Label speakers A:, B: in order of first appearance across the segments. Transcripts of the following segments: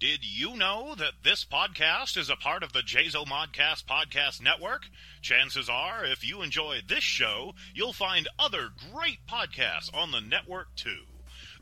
A: Did you know that this podcast is a part of the Jazo Modcast Podcast Network? Chances are, if you enjoy this show, you'll find other great podcasts on the network too.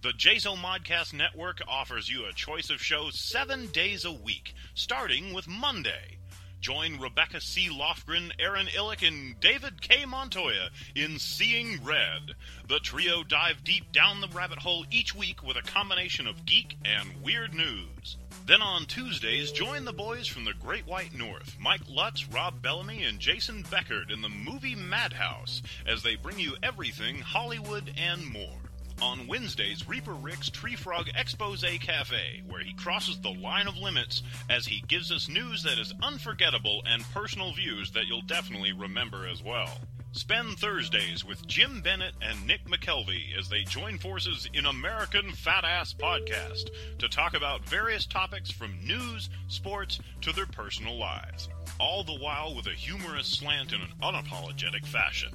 A: The Jazo Modcast Network offers you a choice of shows seven days a week, starting with Monday. Join Rebecca C. Lofgren, Aaron Illick, and David K. Montoya in Seeing Red. The trio dive deep down the rabbit hole each week with a combination of geek and weird news. Then on Tuesdays, join the boys from the Great White North, Mike Lutz, Rob Bellamy, and Jason Beckard in the movie Madhouse as they bring you everything Hollywood and more. On Wednesdays, Reaper Rick's Tree Frog Expose Cafe, where he crosses the line of limits as he gives us news that is unforgettable and personal views that you'll definitely remember as well. Spend Thursdays with Jim Bennett and Nick McKelvey as they join forces in American Fat Ass Podcast to talk about various topics from news, sports, to their personal lives, all the while with a humorous slant in an unapologetic fashion.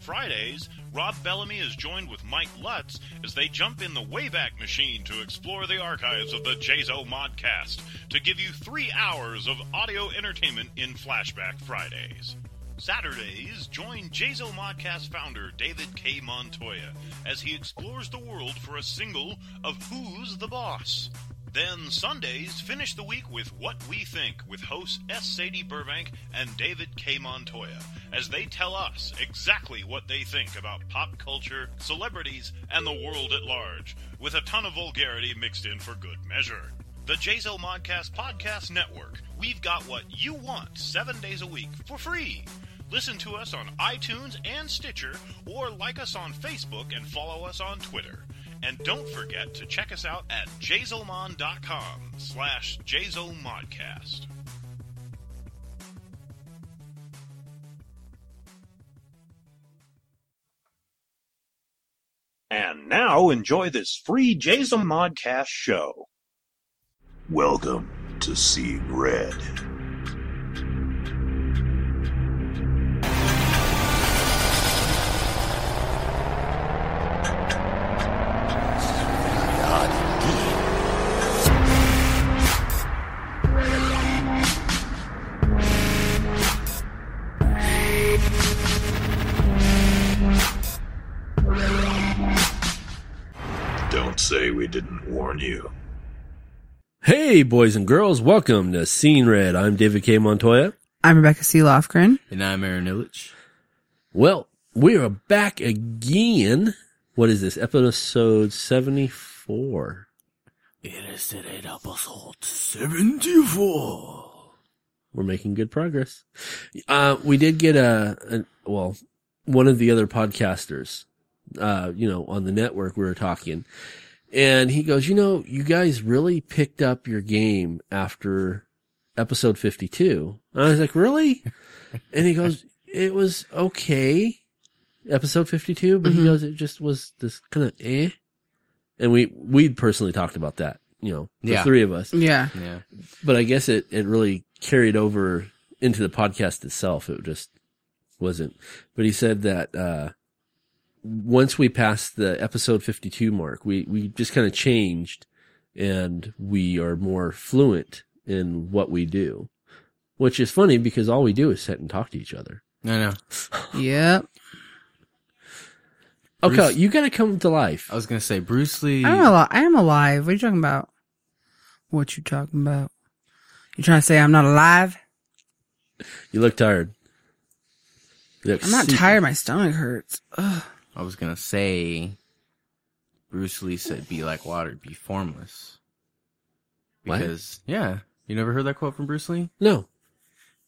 A: Fridays, Rob Bellamy is joined with Mike Lutz as they jump in the Wayback Machine to explore the archives of the Jazo Modcast to give you three hours of audio entertainment in Flashback Fridays. Saturdays, join Jazo Modcast founder David K. Montoya as he explores the world for a single of Who's the Boss? Then Sundays, finish the week with What We Think with hosts S. Sadie Burbank and David K. Montoya as they tell us exactly what they think about pop culture, celebrities, and the world at large, with a ton of vulgarity mixed in for good measure. The Jazo Modcast Podcast Network. We've got what you want seven days a week for free. Listen to us on iTunes and Stitcher, or like us on Facebook and follow us on Twitter. And don't forget to check us out at jazelmon.com slash jazomodcast. And now enjoy this free Jason Modcast show.
B: Welcome to Seeing Red. Don't say we didn't warn you.
C: Hey, boys and girls, welcome to Scene Red. I'm David K. Montoya.
D: I'm Rebecca C. Lofgren.
E: And I'm Aaron Illich.
C: Well, we are back again. What is this? Episode 74.
E: It is today episode 74.
C: We're making good progress. Uh, we did get a, a, well, one of the other podcasters, uh, you know, on the network we were talking and he goes, you know, you guys really picked up your game after episode 52. And I was like, really? and he goes, it was okay. Episode 52, but he
D: Mhm.
C: goes, it just was this kind of eh. And we, we personally talked about that, you know, the
E: Yeah.
C: three of us,
D: Yeah.
E: Yeah.
C: but I guess it, it really carried over into the podcast itself. It just wasn't, but he said that, uh, once we passed the episode 52 mark, we, we just kind of changed and we are more fluent in what we do, which is funny because all we do is sit and talk to each other.
E: No, no.
D: Yep.
C: Okay.
E: Bruce-
C: you got to come to life.
D: Oh.
E: I was going to say Bruce Lee.
D: I'm alive. I'm alive. What are you talking about? What you talking about? You trying to say I'm not alive?
C: You look tired. You look
D: I'm not
C: super-
D: tired. My stomach hurts. Ugh.
E: I was going to say Bruce Lee said, be like water, be formless.
C: What?
E: Because, yeah. You never heard that quote from Bruce Lee?
C: No.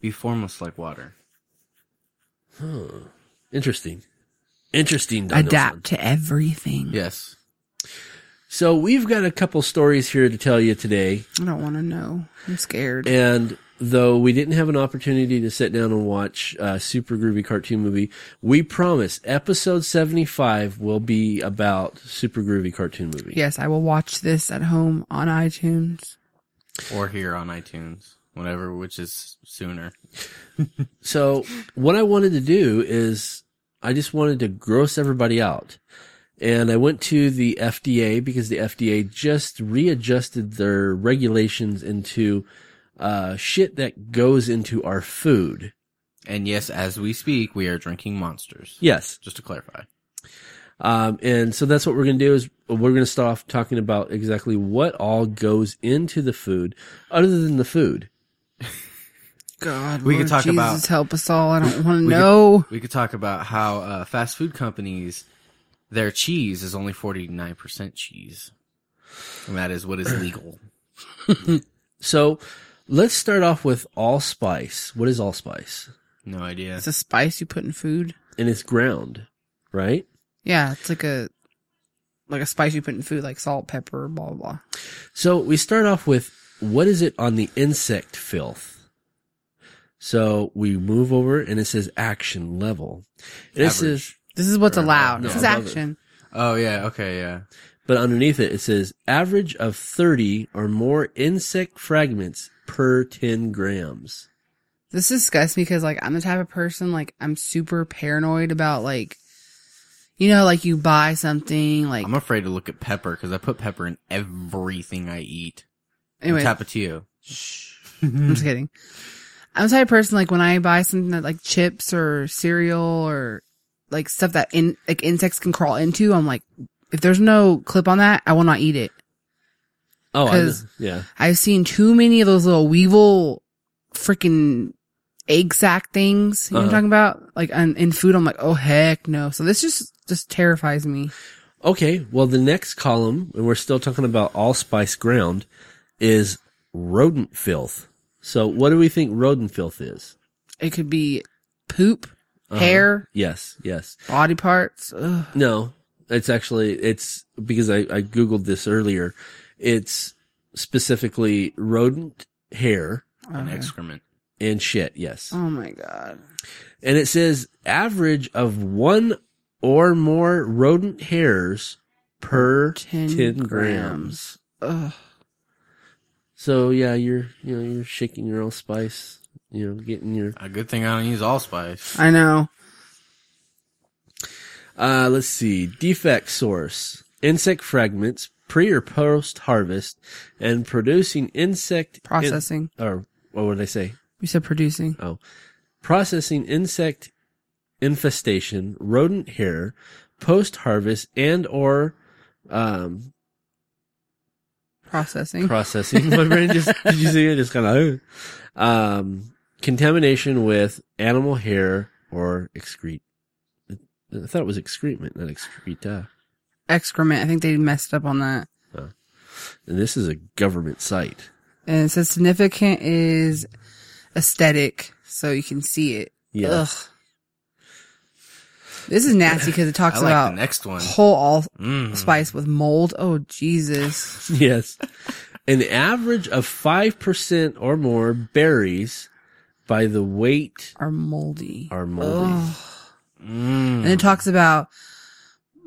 E: Be formless like water.
C: Huh. Interesting. Interesting. Dino-san.
D: Adapt to everything.
E: Yes.
C: So we've got a couple stories here to tell you today.
D: I don't want to know. I'm scared.
C: And though we didn't have an opportunity to sit down and watch a super groovy cartoon movie, we promise episode 75 will be about super groovy cartoon movie.
D: yes, I will watch this at home on iTunes.
E: Or here on iTunes. Whatever, which is sooner.
C: So what I wanted to do is I just wanted to gross everybody out And I went to the FDA because the FDA just readjusted their regulations into uh, shit that goes into our food.
E: And yes, as we speak, we are drinking monsters.
C: Yes.
E: Just to clarify.
C: Um, and so that's what we're going to do is we're going to start off talking about exactly what all goes into the food other than the food.
D: God,
E: We
D: Lord
E: could talk
D: Jesus,
E: about-
D: help us all. I don't want to
E: We could-
D: know.
E: We could talk about how uh, fast food companies, their cheese is only 49% cheese. And that is what is legal.
C: So let's start off with allspice. What is allspice?
E: No idea.
D: It's a spice you put in food.
C: And it's ground, right?
D: Yeah, it's like a like a spice you put in food, like salt, pepper, blah blah. blah.
C: So we start off with what is it on the insect filth? So we move over and it says action level. And this is,
E: Average.
D: This is what's
E: Sure,
D: allowed.
E: no,
D: this is
C: I love it.
D: action.
E: Oh, yeah. Okay. Yeah.
C: but underneath it, it says average of 30 or more insect fragments per 10 grams.
D: This disgusts me because like I'm the type of person like I'm super paranoid about like you know like you buy something like
E: I'm afraid to look at pepper because I put pepper in everything I eat.
D: anyway
E: And Tapatio.
D: I'm just kidding. I'm the type of person like when I buy something that like chips or cereal or like stuff that in like insects can crawl into, I'm like, if there's no clip on that, I will not eat it.
C: Oh, I know.
D: 'Cause-
C: yeah.
D: I've seen too many of those little weevil freaking egg sack things. You know what I'm
C: Uh-huh.
D: talking about? Like in, in food, I'm like, oh heck no. So this just just terrifies me.
C: Okay. Well, the next column, and we're still talking about allspice ground is rodent filth. So what do we think rodent filth is?
D: It could be poop,
C: Uh-huh.
D: hair,
C: Yes. Yes.
D: body parts. Ugh.
C: No, it's actually it's because I, I googled this earlier. It's specifically rodent hair
E: An
D: Okay.
E: excrement.
C: and shit. Yes,
D: Oh my god.
C: and it says average of one or more rodent hairs per ten,
D: 10
C: grams.
D: grams. Ugh.
C: So yeah, you're you know you're shaking your old spice. You know, getting your
E: A good thing I don't use allspice.
D: I know.
C: Uh, let's see. Defect source. Insect fragments, pre or post harvest, and producing insect in-
D: Processing.
C: or what would I say?
D: We said producing.
C: Processing insect infestation, rodent hair, post harvest, and or um
D: Processing.
C: processing. My brain just did you see it? Just kind of um contamination with animal hair or excrete. I thought it was excrement, not excreta.
D: Excrement. I think they messed up on that.
C: And this is a government site.
D: And it says significant is aesthetic, so you can see it. Ugh. This is nasty because it
E: I
D: talks
E: like
D: about
E: the next one.
D: whole all
E: Mm.
D: spice with mold. Oh Jesus.
C: yes. An average of 5% or more berries by the weight
D: Are moldy.
C: are moldy.
D: Ugh.
E: Mm.
D: And it talks about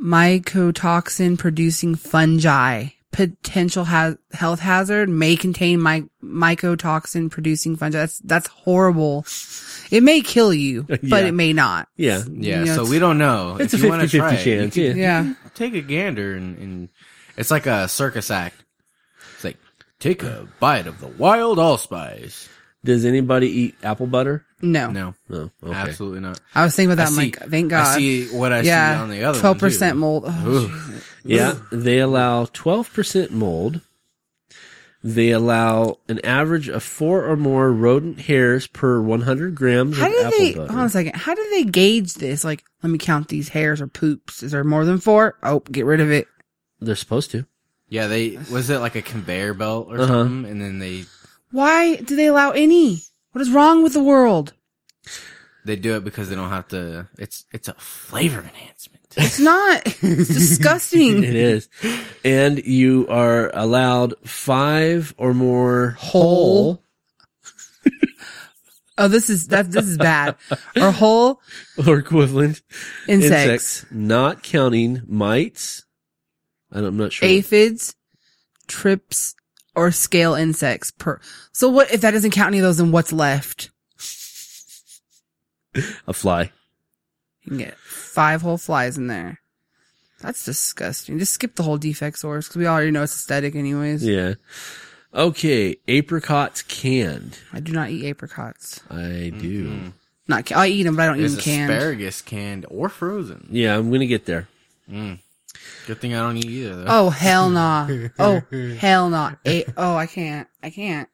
D: mycotoxin producing fungi. Potential ha- health hazard may contain my- mycotoxin producing fungi. That's, that's horrible. It may kill you, but
C: Yeah.
D: it may not.
C: Yeah.
E: Yeah,
D: You know,
E: so
D: it's-
E: we don't know.
C: It's
E: If
C: a
E: you wanna
C: 50
E: try
C: 50
E: it, you
C: chance.
E: can
C: Yeah.
D: Yeah.
E: Take a gander and, and it's like a circus act. It's like take a bite of the wild allspice.
C: Does anybody eat apple butter?
D: No.
E: No,
C: No. Okay.
E: absolutely not.
D: I was thinking about that.
E: I
D: I'm
E: see-
D: like, thank God.
E: I see what I
D: yeah.
E: see on the other
D: 12%
E: one, too.
D: mold. Oh,
E: Ooh.
D: Jesus.
C: Yeah. They allow 12% mold. They allow an average of four or more rodent hairs per 100 grams
D: How
C: of
D: did
C: apple
D: they,
C: butter.
D: hold on a second. How did they gauge this? Like, let me count these hairs or poops. Is there more than four? Oh, get rid of it.
C: They're supposed to.
E: Yeah, they was it like a conveyor belt or
C: Uh-huh.
E: something, and then they
D: Why do they allow any? What is wrong with the world?
E: they do it because they don't have to. It's it's a flavor enhancement.
D: It's not. It's
C: It
D: disgusting.
C: is. And you are allowed five or more
D: Whole.
C: whole
D: Oh, this is that. This is bad. Or whole
C: or equivalent
D: insects,
C: not counting mites. I don't- I'm not sure.
D: aphids, trips, or scale insects. Per. So what if that doesn't count any of those? Then what's left?
C: a fly.
D: You can get five whole flies in there. That's disgusting. Just skip the whole defect source because we already know it's aesthetic anyways.
C: Yeah. Okay, apricots canned.
D: I do not eat apricots.
C: I do.
E: Mhm.
D: Not ca- I eat them, but I don't
E: There's
D: eat them canned.
E: asparagus canned or frozen.
C: Yeah, I'm gonna get there.
E: Mm. Good thing I don't eat either. Though.
D: Oh hell nah. Oh hell nah. A- oh I can't. I can't.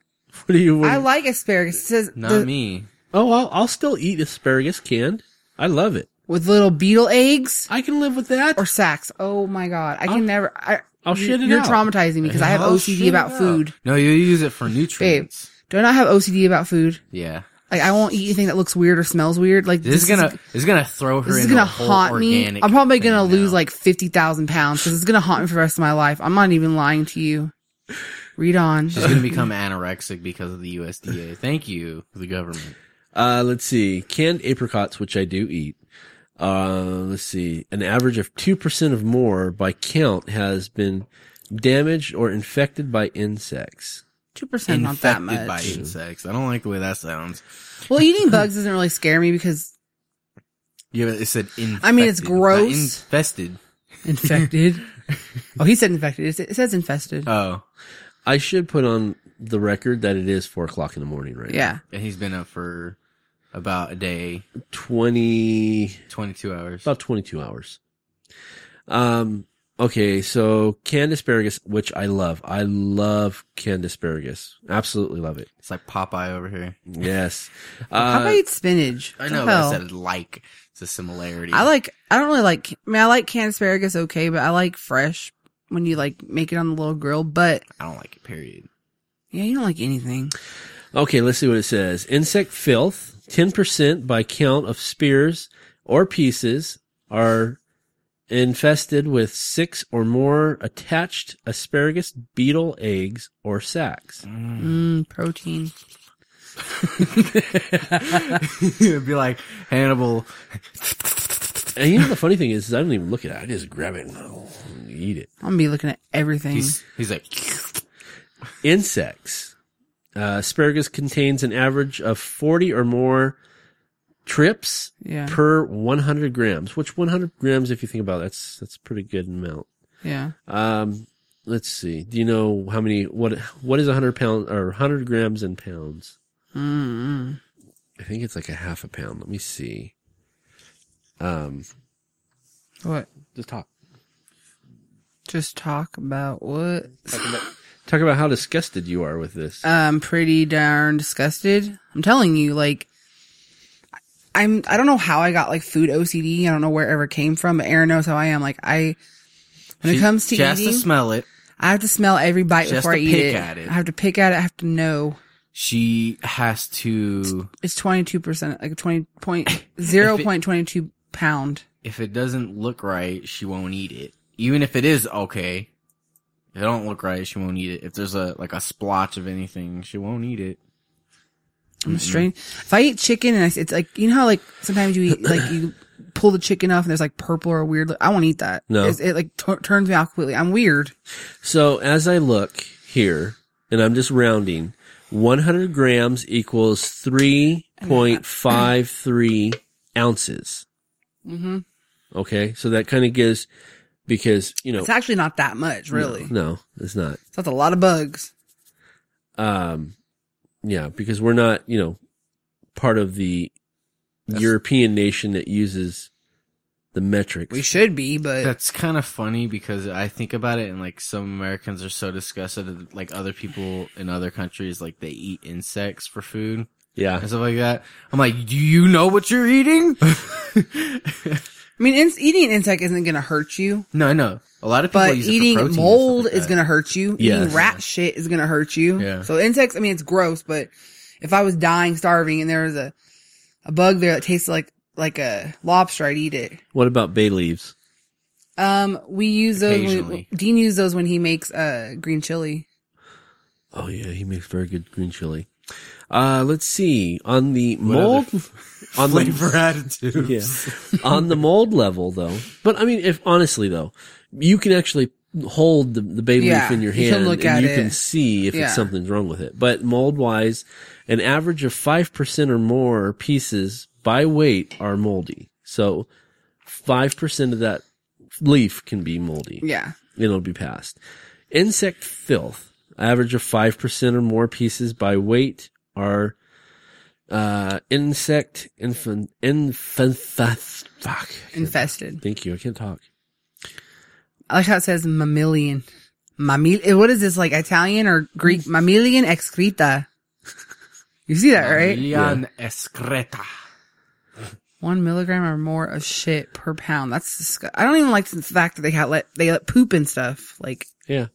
C: What do you?
D: I like asparagus. It says
E: not
D: the-
E: me.
C: oh, I'll, I'll still eat asparagus canned. I love it.
D: with little beetle eggs
C: I can live with that.
D: or sacks. Oh my god. I can
C: I'll-
D: never I
C: I'll
D: you-
C: shit it
D: You're
C: out.
D: traumatizing me because I have
E: I'll
D: OCD
E: shoot
D: about
E: it up.
D: food.
E: Oh, No, you use it for nutrients.
D: Do I not have OCD about food?
E: Yeah,
D: Like I won't eat anything that looks weird or smells weird. Like
E: this, is gonna this is gonna throw her.
D: this is
E: into
D: gonna
E: a whole
D: haunt me.
E: organic
D: I'm probably
E: thing
D: gonna lose
E: now.
D: like fifty thousand pounds because it's gonna haunt me for the rest of my life. I'm not even lying to you. Read on.
E: She's gonna become anorexic because of the USDA. Thank you, the government.
C: Uh, let's see, canned apricots, which I do eat. Uh, let's see, an average of two percent of more by count has been damaged or infected by insects.
D: Two percent, not that much.
E: by insects. I don't like the way that sounds.
D: Well, eating bugs doesn't really scare me because
E: Yeah, but it said infected.
D: I mean, it's
E: not
D: gross.
E: Infested.
D: infected. oh, he said infected. It sa- it says infested.
E: Oh,
C: I should put on the record that it is four o'clock in the morning right
D: yeah,
E: and he's been up for about a day,
C: now. Twenty
E: 22 hours.
C: about 22 hours. Um, okay. So canned asparagus, which I love. I love canned asparagus. Absolutely love it.
E: It's like Popeye over here.
C: Yes.
D: how about
C: Uh,
D: I eat spinach?
E: I
D: What
E: know
D: the
E: but I
D: hell?
E: said like. It's a similarity.
D: I like. I don't really like. I mean, I like canned asparagus okay, but I like fresh when you like make it on the little grill. But
E: I don't like it. Period.
D: yeah, you don't like anything.
C: okay. Let's see what it says. Insect filth, 10% by count of spears or pieces are infested with six or more attached asparagus beetle eggs or sacs.
D: Mm, protein.
E: It'd be like Hannibal.
C: And you know, the funny thing is, is I don't even look at it. I just grab it and eat it.
D: I'm gonna be looking at everything.
E: He's he's like
C: insects. Uh, asparagus contains an average of 40 or more trips
D: yeah,
C: per 100 grams, which 100 grams, if you think about it, that's, that's a pretty good amount.
D: yeah.
C: Um, let's see. Do you know how many, what, what is 100 pounds or 100 grams in pounds?
D: Mm-mm.
C: I think it's like a half a pound. Let me see. Um,
D: What?
C: just talk.
D: Just talk about what?
C: Talk about, talk about how disgusted you are with this.
D: I'm pretty darn disgusted. I'm telling you, like, I'm. I don't know how I got like food OCD. I don't know where it ever came from. But Aaron knows how I am. Like, I when it
E: She-
D: comes to
E: she has
D: eating,
E: to smell it.
D: I have to smell every bite
E: She has
D: before I
E: to
D: eat it.
E: pick at it.
D: I have to pick at it. I have to know.
E: She has to.
D: It's twenty two percent, like twenty point zero point twenty two pound.
E: If it doesn't look right, she won't eat it. Even if it is okay, if it don't look right, she won't eat it. If there's a like a splotch of anything, she won't eat it.
D: I'm strange. If I eat chicken and I, s- it's like you know how like sometimes you eat like you pull the chicken off and there's like purple or weird. I won't eat that.
C: No.
D: It's- it like tur turns me off completely. I'm weird.
C: So as I look here, and I'm just rounding, 100 grams equals 3.53 ounces.
D: Mm-hmm.
C: Okay. So that kind of gives, because, you know,
D: It's actually not that much, really.
C: no, it's not.
D: So that's a lot of bugs.
C: Um, yeah, because we're not, you know, part of the
E: That's-
C: European nation that uses the metrics.
D: We should be, but
E: That's kind of funny because I think about it, and like some Americans are so disgusted. At, like other people in other countries, like they eat insects for food
C: yeah.
E: and stuff like that. I'm like, do you know what you're eating?
D: I mean, ins- eating an insect isn't going to hurt you,
E: no, no. A lot of people
D: but
E: use it for protein and
D: eating
E: stuff
D: mold
E: like
D: is
E: that.
D: going to hurt you.
C: Yes.
D: Eating rat shit is going to hurt you.
E: Yeah.
D: So insects, I mean, it's gross, but if I was dying, starving, and there was a, a bug there that tasted like, like a lobster, I'd eat it.
C: What about bay leaves?
D: Um, we use those. When,
E: Occasionally.
D: Dean used those when he makes uh green chili.
C: Oh yeah, he makes very good green chili. Uh, let's see. On the
E: What
C: mold,
E: other
C: on the-
E: flavor attitude.
C: Yeah. on the mold level though. But I mean, if honestly though, you can actually hold the, the bay
D: Yeah,
C: leaf in your
D: you can
C: hand
D: look at
C: and you
D: it.
C: can see if
D: Yeah.
C: it's something's wrong with it. But mold wise, an average of 5% or more pieces by weight are moldy. So 5% of that leaf can be moldy.
D: Yeah.
C: It'll be passed. Insect filth, average of 5% or more pieces by weight are, uh, insect infant, infant, fuck.
D: Infested.
C: Thank you. I can't talk.
D: I like how it says mammalian. Mammalian. What is this, like Italian or Greek? Mammalian excreta. You see that, right?
E: Mammalian excreta.
D: One milligram or more of shit per pound. That's disgusting. I don't even like the fact that they got let, they let poop and stuff. Like,
C: Yeah.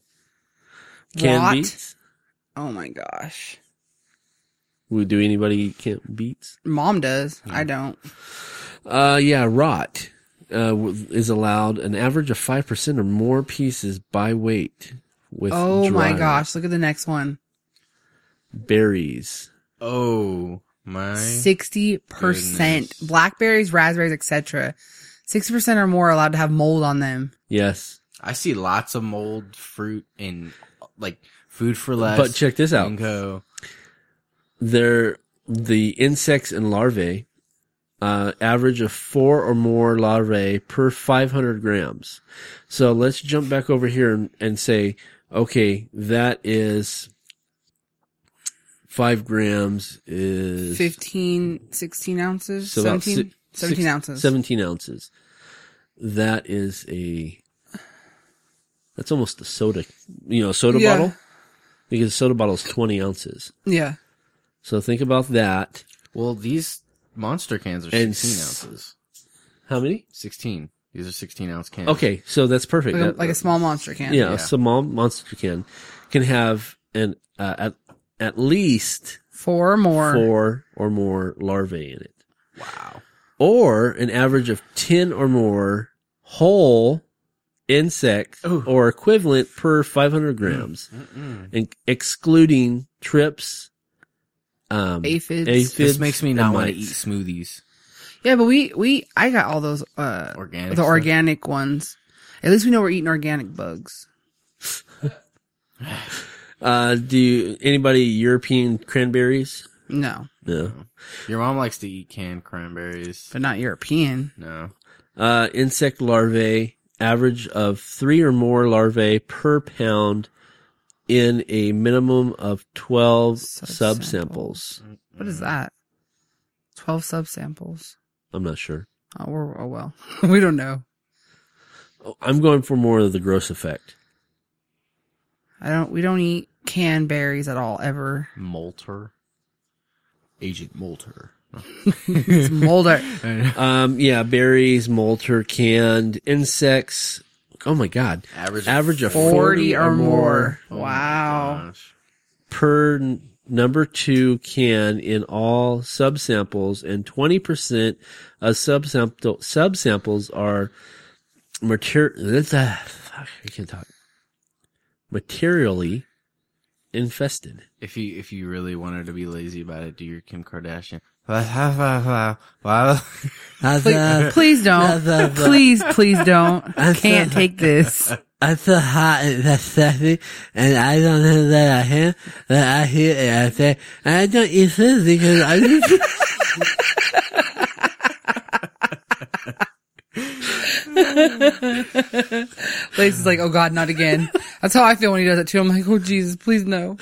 C: Canned
D: What?
C: beets.
D: oh my gosh.
C: Would do anybody eat canned beets?
D: Mom does. I don't.
C: Uh, yeah, rot uh, w- is allowed an average of five percent or more pieces by weight. With
D: Oh my
C: dry
D: gosh. Look at the next one.
C: berries.
E: Oh my.
D: Sixty percent
E: Goodness.
D: blackberries, raspberries, etc. Sixty percent or more are allowed to have mold on them.
C: Yes,
E: I see lots of mold fruit and like food for less.
C: but check this out.
E: Mango.
C: They're the insects and larvae. Uh, average of four or more larvae per 500 grams. So let's jump back over here and, and say, okay, that is five grams is
D: 15, 16 ounces,
C: So about
D: 17,
C: si-
D: 17
C: six-
D: ounces.
C: 17 ounces. That is a, that's almost a soda, you know, soda
D: Yeah.
C: bottle because a soda bottle is 20 ounces.
D: Yeah.
C: So think about that.
E: Well, these monster cans are
C: And
E: 16
C: s-
E: ounces.
C: How many?
E: 16. These are 16 ounce cans.
C: Okay. So that's perfect.
D: Like, a,
C: That-
D: like a small monster can.
C: yeah,
E: yeah.
C: a small monster can, can have an, uh, at, at least
D: Four or more.
C: four or more larvae in it
E: Wow.
C: or an average of 10 or more whole insects
E: Ooh.
C: or equivalent per 500 grams.
D: Mm-hmm.
E: Mm-mm.
C: in- excluding trips, um,
D: Aphids.
E: This makes me not
C: and
E: want to eat
C: mites.
E: smoothies.
D: Yeah, but we, we, I got all those, uh,
E: Organic.
D: the
E: stuff.
D: organic ones. At least we know we're eating organic bugs.
C: Uh, do you, anybody European cranberries?
D: No,
C: No.
E: Your mom likes to eat canned cranberries.
D: but not European.
E: No.
C: Uh, insect larvae, average of three or more larvae per pound in a minimum of 12
D: Subsamples.
C: subsamples.
D: What is that? 12 subsamples.
C: I'm not sure.
D: Oh, we're, oh well. we don't know.
C: Oh, I'm going for more of the gross effect.
D: I don't, we don't eat canned berries at all ever.
E: Molter. Agent Molter.
D: It's molder.
C: Um, yeah, berries, molter, canned, insects. Oh my God.
E: Average.
C: Average of
D: 40, or
C: or
D: more.
C: more.
E: Oh my
D: Wow.
E: gosh.
C: per n- number two can in all subsamples and 20% of subsample, subsamples are material, fuck, I can't talk, materially infested.
E: If you if you really wanted to be lazy about it, do your Kim Kardashian. Wow.
C: Oh
D: Please, please don't. Please, please don't. Can't take this.
C: I'm so hot and that's sexy, and I don't know that I am, that I hear and I say, I don't eat this because I just...
D: Lace is like, oh God, not again. That's how I feel when he does it too. I'm like, oh Jesus, please no.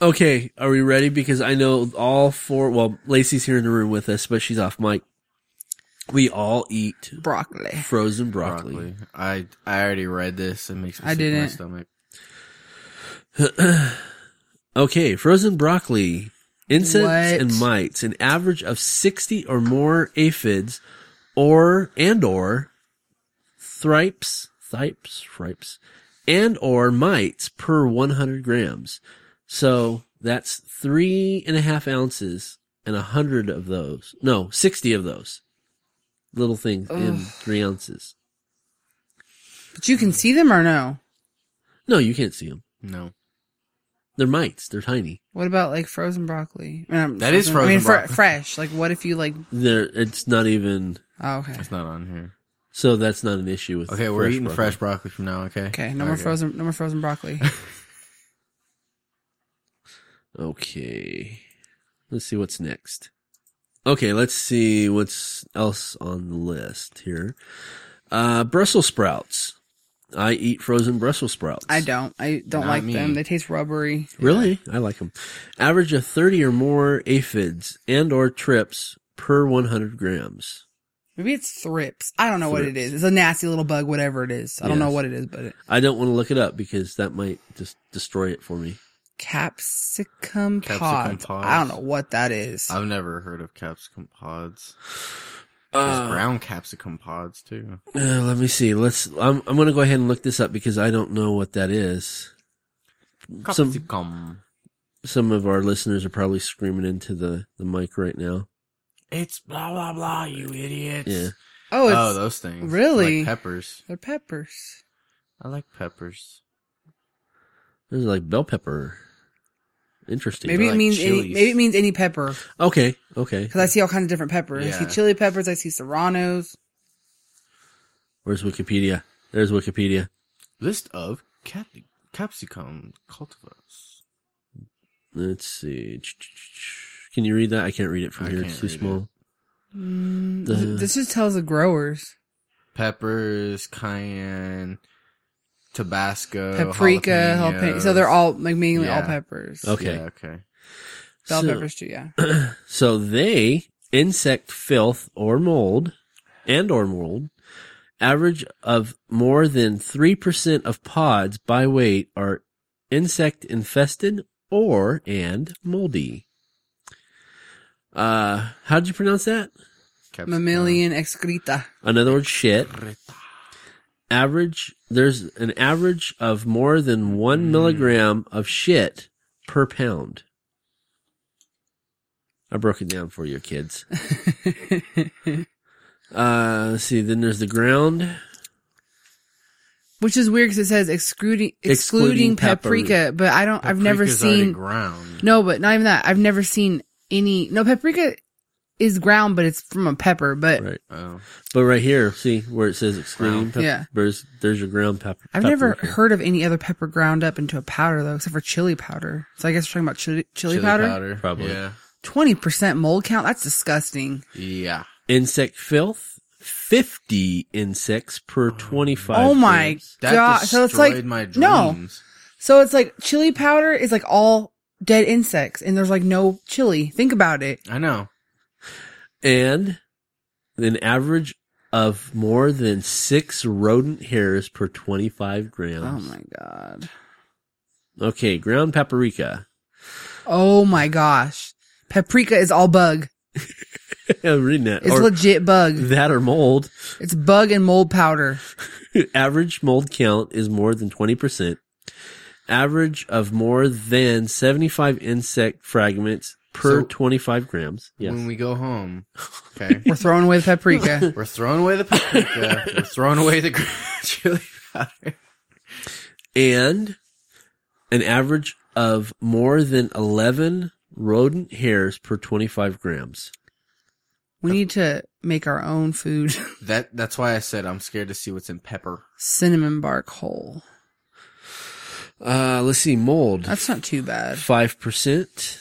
C: Okay, are we ready? Because I know all four. Well, Lacey's here in the room with us, but she's off mic. We all eat
D: Broccoli.
C: frozen broccoli.
E: broccoli. I I already read this. It makes me
D: I
E: sick in my
D: didn't.
E: stomach.
C: Okay, frozen broccoli, insects
D: What?
C: and mites, an average of sixty or more aphids, or and or thripes, thripes, thripes, and or mites per one hundred grams. So that's three and a half ounces and a hundred of those. No, sixty of those little things in
D: Ugh.
C: three ounces.
D: But you can see them or no?
C: No, you can't see them.
E: No.
C: They're mites. They're tiny.
D: What about like frozen broccoli? I mean, I'm-
E: That is
D: I mean,
E: frozen
D: fr-
E: broccoli.
D: fresh. Like, what if you like?
C: They're. It's not even.
D: Oh, okay.
E: It's not on here.
C: So that's not an issue with.
E: Okay, we're eating
C: broccoli.
E: fresh broccoli from now, okay?
D: Okay, no more frozen. No more frozen broccoli.
C: Okay. Let's see what's next. Okay, let's see what's else on the list here. Uh, Brussels sprouts. I eat frozen Brussels sprouts.
D: I don't. I don't
E: Not
D: like
E: me.
D: them. They taste rubbery.
C: Really? I like them. Average of 30 or more aphids and or trips per 100 grams.
D: Maybe it's thrips. I don't know what it
C: Thrips.
D: is. It's a nasty little bug, whatever it is. I don't know
C: Yes.
D: what it is, but it,
C: I don't want to look it up because that might just destroy it for me.
D: capsicum,
E: Capsicum
D: pods.
E: pods.
D: I don't know what that is.
E: I've never heard of capsicum pods. There's
C: Uh,
E: brown capsicum pods too.
C: uh, let me see. Let's, I'm, I'm going to go ahead and look this up because I don't know what that is. Some-
E: Capsicum.
C: Some of our listeners are probably screaming into the, the mic right now.
E: It's blah blah blah. You idiots.
C: Yeah.
D: oh, it's,
E: oh, those things.
D: really?
E: I like peppers.
D: they're peppers.
E: I like peppers.
C: There's like bell pepper. Interesting.
D: Maybe
E: like
D: it means any,
E: chilies.
D: maybe it means any pepper
C: Okay. Okay.
D: because I see all kinds of different peppers. I see
E: Yeah.
D: chili peppers. I see serranos.
C: Where's Wikipedia? There's Wikipedia.
E: List of cap- capsicum cultivars.
C: Let's see. Can you read that? I can't read it from
E: I
C: here.
E: can't
C: It's too
E: read it.
C: small.
D: Mm,
C: The-
D: th- this just tells the growers.
E: Peppers, cayenne, Tabasco,
D: Paprika, jalapeno. So they're
E: jalapenos.
D: all like mainly all
E: Yeah.
D: peppers.
C: Okay.
E: Yeah, okay.
D: Bell
C: so,
D: peppers too. Yeah.
C: so they insect filth or mold and or mold average of more than 3% of pods by weight are insect infested or and moldy. Uh, how did you pronounce that?
E: Capsicum.
D: Mammalian excreta.
C: Another word, shit.
E: Rita.
C: average there's an average of more than one
E: Mm.
C: milligram of shit per pound. I broke it down for you kids. Uh, let's see. Then there's the ground.
D: Which is weird because it says excluding
C: Excluding
D: excluding
C: paprika.
D: paprika, but I don't. I've never
E: Paprika's already
D: seen.
E: ground.
D: No, but not even that. I've never seen any. No, paprika is ground, but it's from a pepper. But
C: Right.
E: Oh.
C: But right here, see where it says excluding.
E: Ground.
C: Pep-
D: Yeah.
C: There's there's your ground pepper.
D: I've never heard of any other pepper ground up into a powder though, except for chili powder. So I guess we're talking about chili, chili, powder.
C: Probably.
E: Yeah.
D: Twenty percent mold count. That's disgusting.
E: Yeah.
C: insect filth. Fifty insects per twenty-five.
D: Oh my
C: grams.
E: That
D: God,
E: destroyed
D: so it's like-
E: my dreams.
D: no. So it's like chili powder is like all dead insects, and there's like no chili. Think about it.
E: I know.
C: and an average of more than six rodent hairs per 25
D: Oh
C: grams.
D: my god.
C: Okay, ground paprika.
D: Oh my gosh. Paprika is all bug.
C: I'm reading that.
D: It's
C: Or
D: legit bug.
C: that or mold.
D: It's bug and mold powder.
C: average mold count is more than 20%. Average of more than 75 insect fragments per
E: So-
C: 25 grams.
E: When
C: Yes.
E: we go home, okay,
D: We're throwing away the paprika.
E: we're throwing away the paprika. we're throwing away the ground chili powder.
C: And an average of more than 11 rodent hairs per 25 grams.
D: We need to make our own food.
E: That that's why I said I'm scared to see what's in pepper.
D: Cinnamon bark whole.
C: Uh, let's see, mold.
D: That's not too bad.
C: five percent.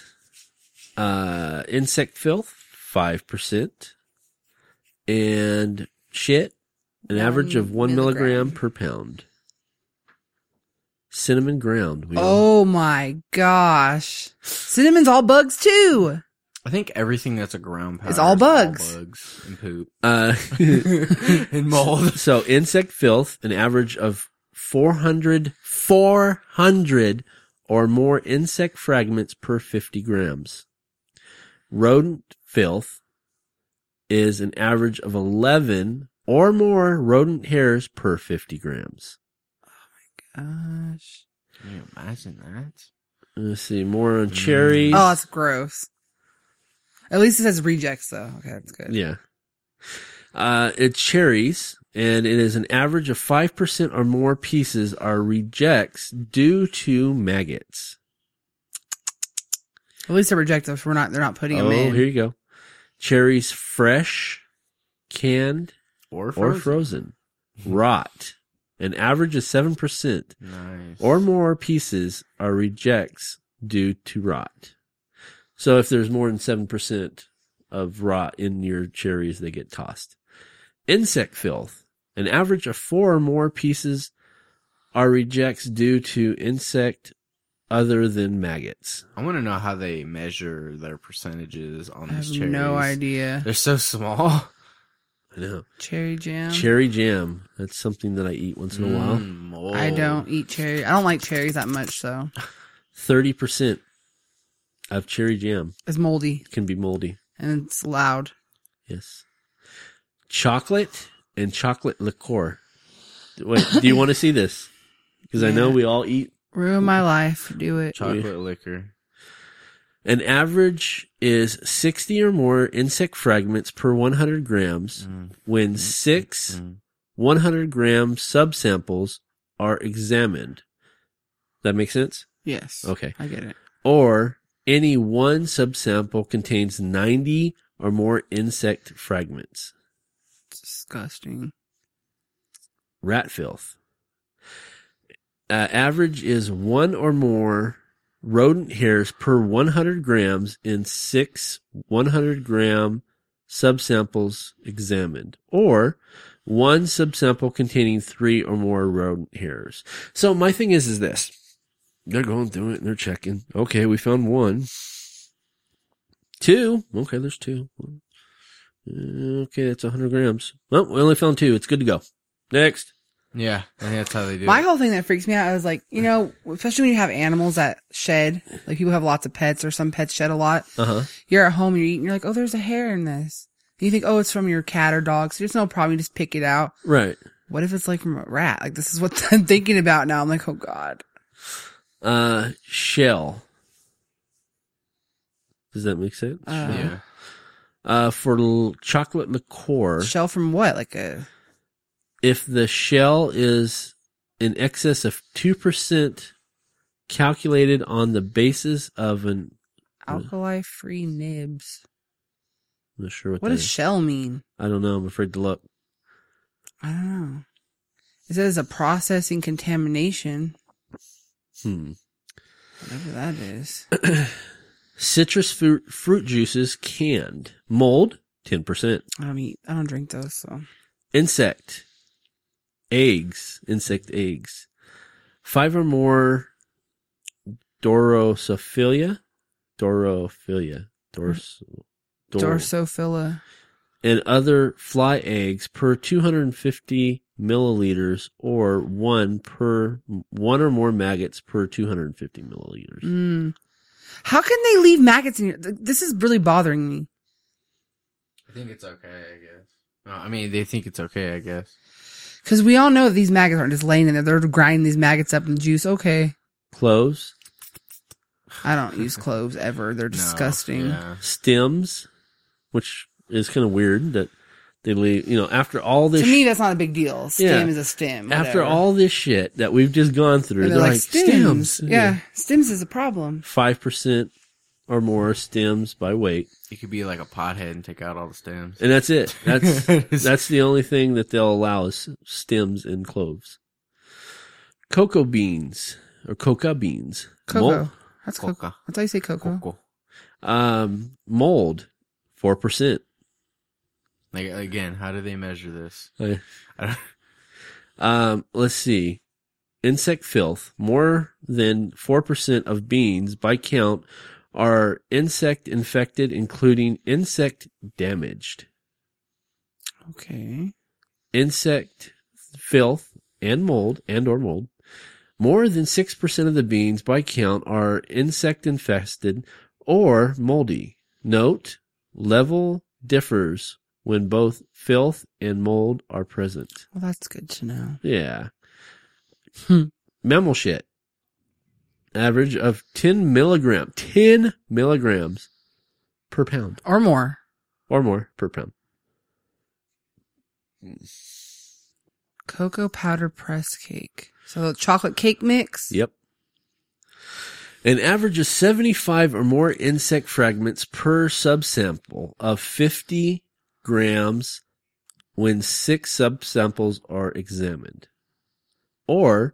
C: Uh, insect filth, five percent, and shit, an
D: One
C: average of one milligram.
D: milligram.
C: per pound. Cinnamon ground. We all-
D: Oh my gosh. Cinnamon's all bugs too.
E: I think everything that's a ground powder
D: It's all
E: is
D: bugs.
E: bugs and poop
C: Uh,
E: and mold.
C: so insect filth, an average of 400, 400 or more insect fragments per 50 grams. Rodent filth is an average of 11 or more rodent hairs per 50 grams.
D: Gosh.
E: Can you imagine that?
C: Let's see, more on cherries.
D: Oh, that's gross. At least it says rejects though. Okay, that's good.
C: Yeah. Uh, it's cherries, and it is an average of 5% or more pieces are rejects due to maggots.
D: At least they're rejects if we're not they're not putting them in.
C: Oh, here you go. Cherries fresh, canned,
E: Or
C: or
E: frozen.
C: frozen. Rot. An average of 7%
E: nice.
C: or more pieces are rejects due to rot. So if there's more than 7% of rot in your cherries, they get tossed. Insect filth. An average of four or more pieces are rejects due to insect other than maggots.
E: I want to know how they measure their percentages on
D: I have
E: these cherries.
D: no idea.
E: They're so small.
C: I know.
D: Cherry jam.
C: Cherry jam. That's something that I eat once in a while.
E: Mm, mold.
D: I don't eat cherry. I don't like cherries that much, so
C: Thirty percent of cherry jam
D: it's moldy
C: can be moldy.
D: and it's loud.
C: Yes. Chocolate and chocolate liqueur. Wait, do you want to see this? Because I know
D: Yeah.
C: we all eat.
D: Ruin my life. Do it.
E: Chocolate liquor.
C: An average is 60 or more insect fragments per 100 grams
E: Mm,
C: when six
E: mm.
C: 100 gram subsamples are examined. That make sense?
D: Yes.
C: Okay.
D: I get it.
C: Or any one subsample contains 90 or more insect fragments.
D: It's disgusting.
C: rat filth. Uh, average is one or more rodent hairs per 100 grams in six 100 gram subsamples examined, or one subsample containing three or more rodent hairs. So my thing is, is this. They're going through it and they're checking. Okay, we found one. Two. Okay, there's two. Okay, that's 100 grams. Well, we only found two. It's good to go. Next.
E: Yeah, I think that's how they do
D: My
E: it.
D: whole thing that freaks me out is like, you know, especially when you have animals that shed, like people have lots of pets or some pets shed a lot.
C: Uh huh.
D: You're at home and you're eating, you're like, oh, there's a hair in this. And you think, oh, it's from your cat or dog. So there's no problem. You just pick it out.
C: Right.
D: What if it's like from a rat? Like this is what I'm thinking about now. I'm like, oh God.
C: Uh, shell. Does that make sense?
D: Uh,
E: Yeah.
C: Uh, for l- chocolate liqueur,
D: Shell from what? Like a
C: if the shell is in excess of 2% calculated on the basis of an,
D: alkali free nibs.
C: I'm not sure what,
D: What
C: that
D: does
C: is.
D: shell mean?
C: I don't know. I'm afraid to look.
D: I don't know. It says a processing contamination.
C: Hmm.
D: Whatever that is.
C: Citrus fruit, fruit juices canned. Mold, 10%.
D: I don't eat. I don't drink those. So
C: insect eggs insect eggs five or more dorosophilia dorophilia dors dor-
D: Dorsophila.
C: and other fly eggs per 250 milliliters or one per one or more maggots per 250 milliliters
D: Mm. How can they leave maggots in your? th- This is really bothering me.
E: I think it's okay, I guess. No, I mean, they think it's okay, I guess.
D: Because we all know that these maggots aren't just laying in there. They're grinding these maggots up in the juice. Okay.
C: cloves
D: I don't use cloves ever. They're
E: No,
D: disgusting.
E: yeah.
C: stems which is kind of weird that they leave you know after all this
D: To me, that's not a big deal. Stem
C: Yeah.
D: is a stem.
C: after
D: whatever.
C: all this shit that we've just gone through,
D: And
C: they're, like, stems.
D: Yeah, stems is a problem.
C: Five percent or more stems by weight,
E: You could be like a pothead and take out all the stems.
C: and that's it. That's that's the only thing that they'll allow is stems and cloves. Cocoa beans or coca beans.
D: Cocoa.
C: Mold,
D: That's cocoa.
E: coca.
D: That's how you say cocoa.
E: Coco.
C: um, mold four percent.
E: Like again, how do they measure this?
C: Okay.
E: I don't-
C: Um, let's see. Insect filth. More than 4% of beans by count are insect infected, including insect damaged.
D: Okay.
C: Insect filth and mold and or mold. More than 6% of the beans by count are insect infested or moldy. Note, level differs when both filth and mold are present.
D: Well, that's good to know.
C: Yeah.
D: Hmm.
C: Mammal shit. Average of 10 milligram, 10 milligrams per pound
D: Or more.
C: or more per pound.
D: Cocoa powder press cake. So chocolate cake mix.
C: Yep. An average of 75 or more insect fragments per subsample of 50 grams when six subsamples are examined. Or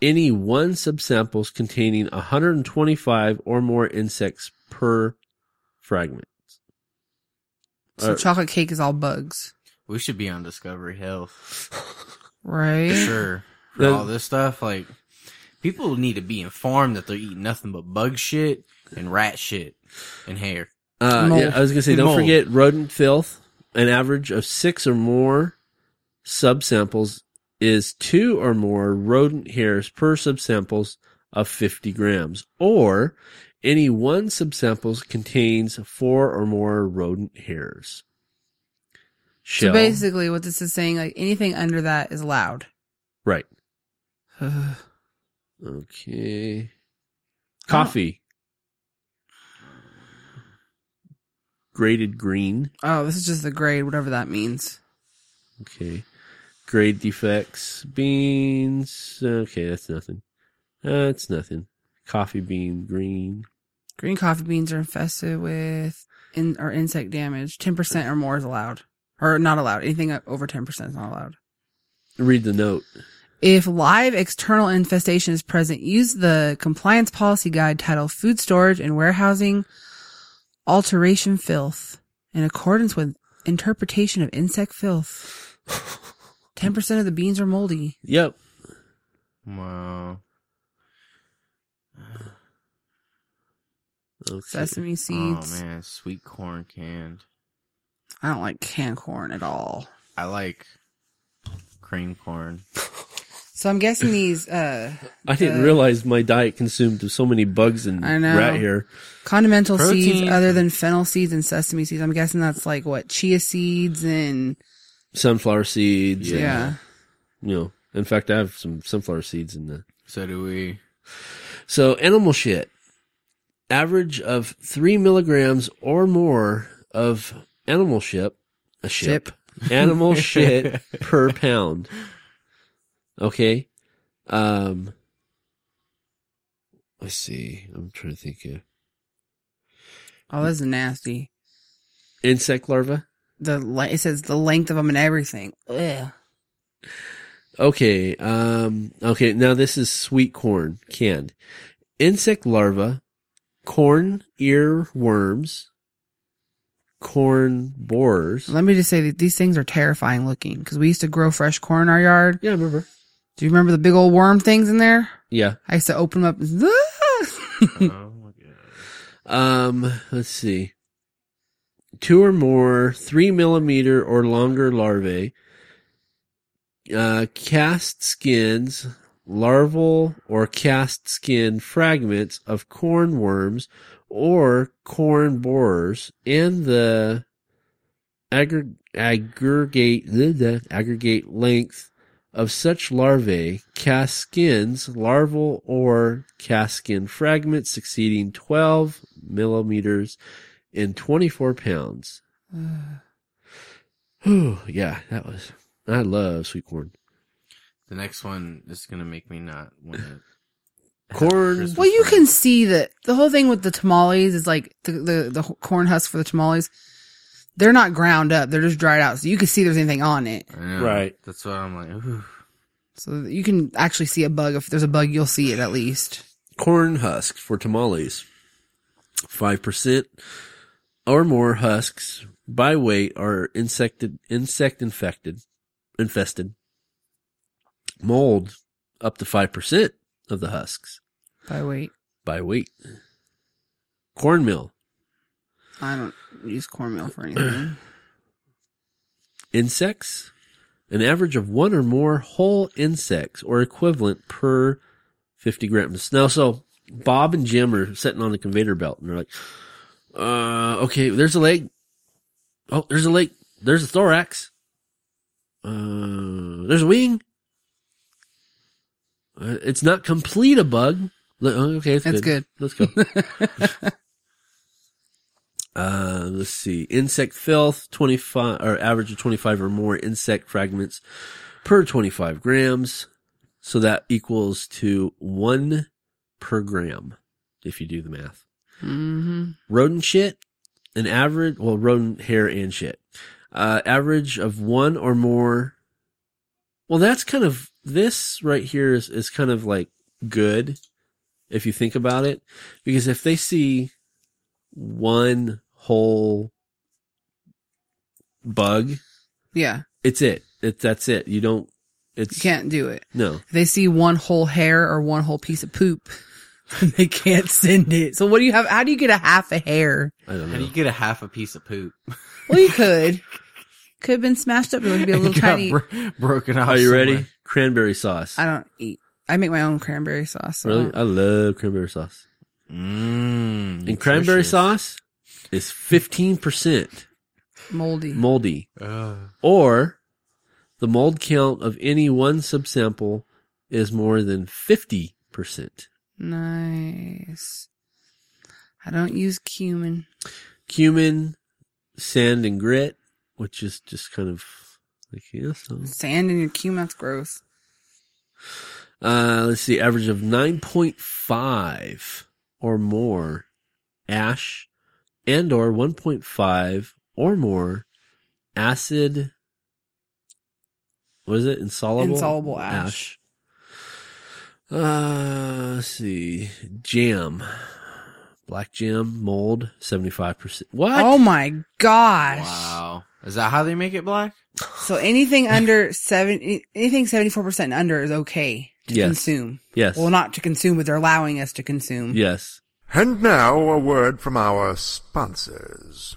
C: any one subsamples containing 125 or more insects per fragment.
D: So
C: Uh,
D: chocolate cake is all bugs.
E: we should be on Discovery Health.
D: right?
E: for sure for
C: The-
E: all this stuff. Like people need to be informed that they're eating nothing but bug shit and rat shit and hair.
C: Uh,
D: Mold.
C: yeah, I was gonna say, don't
E: Mold.
C: forget rodent filth. An average of six or more subsamples is two or more rodent hairs per subsamples of 50 grams, or any one subsample contains four or more rodent hairs.
D: So
C: Shell,
D: basically, what this is saying, like anything under that is allowed.
C: right?
D: Ugh.
C: Okay. Coffee, grated green.
D: Oh, this is just the grade, whatever that means.
C: Okay. Grade defects. Beans. Okay, that's nothing. That's nothing. Coffee bean green.
D: Green coffee beans are infested with in or insect damage. Ten percent or more is allowed, or not allowed. Anything over ten percent is not allowed.
C: Read the note.
D: If live external infestation is present, use the compliance policy guide titled Food Storage and Warehousing Alteration Filth in accordance with interpretation of insect filth. 10% of the beans are moldy.
C: Yep.
E: Wow.
C: Okay.
D: Sesame seeds.
E: Oh man, sweet corn canned.
D: I don't like canned corn at all.
E: I like cream corn.
D: So I'm guessing these uh
C: I didn't realize my diet consumed so many bugs and
D: I know.
C: rat hair.
D: condimental seeds
E: Protein.
D: other than fennel seeds and sesame seeds. I'm guessing that's like what chia seeds and
C: Sunflower seeds.
D: yeah.
C: and, you know, in fact, I have some sunflower seeds in the
E: So do we.
C: So animal shit. Average of three milligrams or more of animal ship, a ship, animal shit per pound. Okay. Um, let's see. I'm trying to think of
D: Oh, this is nasty.
C: insect larvae.
D: The li- it says the length of them and everything. Ugh.
C: Okay. Um, okay. Now this is sweet corn canned insect larvae, corn ear worms, corn borers.
D: Let me just say that these things are terrifying looking because we used to grow fresh corn in our yard.
C: Yeah, I remember.
D: Do you remember the big old worm things in there?
C: Yeah.
D: I used to open them up.
E: oh my god.
C: Um, let's see. Two or more three millimeter or longer larvae, uh, cast skins, larval or cast skin fragments of corn worms or corn borers, and the aggr- aggregate the, the aggregate length of such larvae, cast skins, larval or cast skin fragments exceeding 12 millimeters and 24 pounds. Whew, yeah, that was. I love sweet corn.
E: The next one is gonna make me not want to.
C: Corn.
D: well, you can see that the whole thing with the tamales is like the, the, the corn husk for the tamales. They're not ground up. They're just dried out. So you can see there's anything on it.
E: I know.
C: Right.
E: That's why I'm like. Ooh.
D: So you can actually see a bug. If there's a bug, you'll see it at least.
C: corn husks for tamales. 5% or more husks by weight are insected, insect infected, infested. Mold up to 5% of the husks
D: By wait,
C: by weight. Cornmeal,
D: I don't use cornmeal for anything.
C: insects, an average of one or more whole insects or equivalent per 50 grams. Now, so Bob and Jim are sitting on the conveyor belt and they're like, uh, okay, there's a leg. Oh, there's a leg. There's a thorax. Uh, there's a wing. Uh, it's not complete a bug. Le- Okay, it's
D: That's
C: good. Let's go. Uh, let's see. Insect filth, 25, or average of 25 or more insect fragments per 25 grams. So that equals to one per gram, if you do the math.
D: hmm
C: Rodent shit, an average, well, rodent hair and shit. Uh, average of one or more. Well, that's kind of, this right here is, is kind of like good if you think about it, because if they see one whole bug,
D: Yeah.
C: it's it. It that's it. You don't It's
D: You can't do it.
C: no.
D: If they see one whole hair or one whole piece of poop, then they can't send it. So what do you have? How do you get a half a hair?
C: I don't
E: How do
C: know.
E: you get a half a piece of poop?
D: Well, you could. Could have been smashed up. It would be a little
E: Got
D: tiny.
E: bro- broken off.
C: Are you ready?
E: somewhere.
C: Cranberry sauce.
D: I don't eat. I make my own cranberry sauce. so I
C: Really, Uh,
D: don't-
C: I love cranberry sauce.
E: Mm,
C: And cranberry
E: nutritious.
C: sauce is fifteen percent
D: Moldy.
C: moldy.
E: Ugh.
C: or the mold count of any one subsample is more than 50%.
D: nice. I don't use cumin.
C: Cumin, sand, and grit, which is just kind of like, yeah, so.
D: Sand in your cumin, that's gross.
C: Uh, let's see, average of 9.5 or more ash and or 1.5 or more acid. What is it? Insoluble?
D: Insoluble ash.
C: Uh, let's see. Jam. Black jam mold, 75%. What?
D: Oh my gosh.
E: Wow. Is that how they make it black?
D: So anything under seven, anything 74% and under is okay to
C: Yes.
D: consume.
C: yes.
D: Well, not to consume, but they're allowing us to consume.
C: yes.
F: And now a word from our sponsors.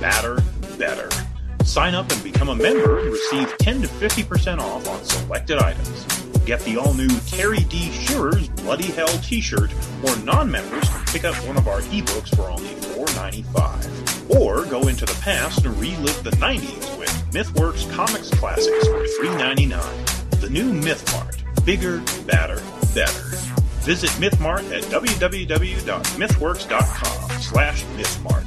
A: badder, better. Sign up and become a member and receive 10 to 50% off on selected items. Get the all new Terry D. Shearer's Bloody Hell t shirt, or non members can pick up one of our ebooks for only $4.95. Or go into the past and relive the 90s with MythWorks Comics Classics for $3.99. The new MythMart. Bigger, badder, better. Visit MythMart at www.mythworks.com slash MythMart.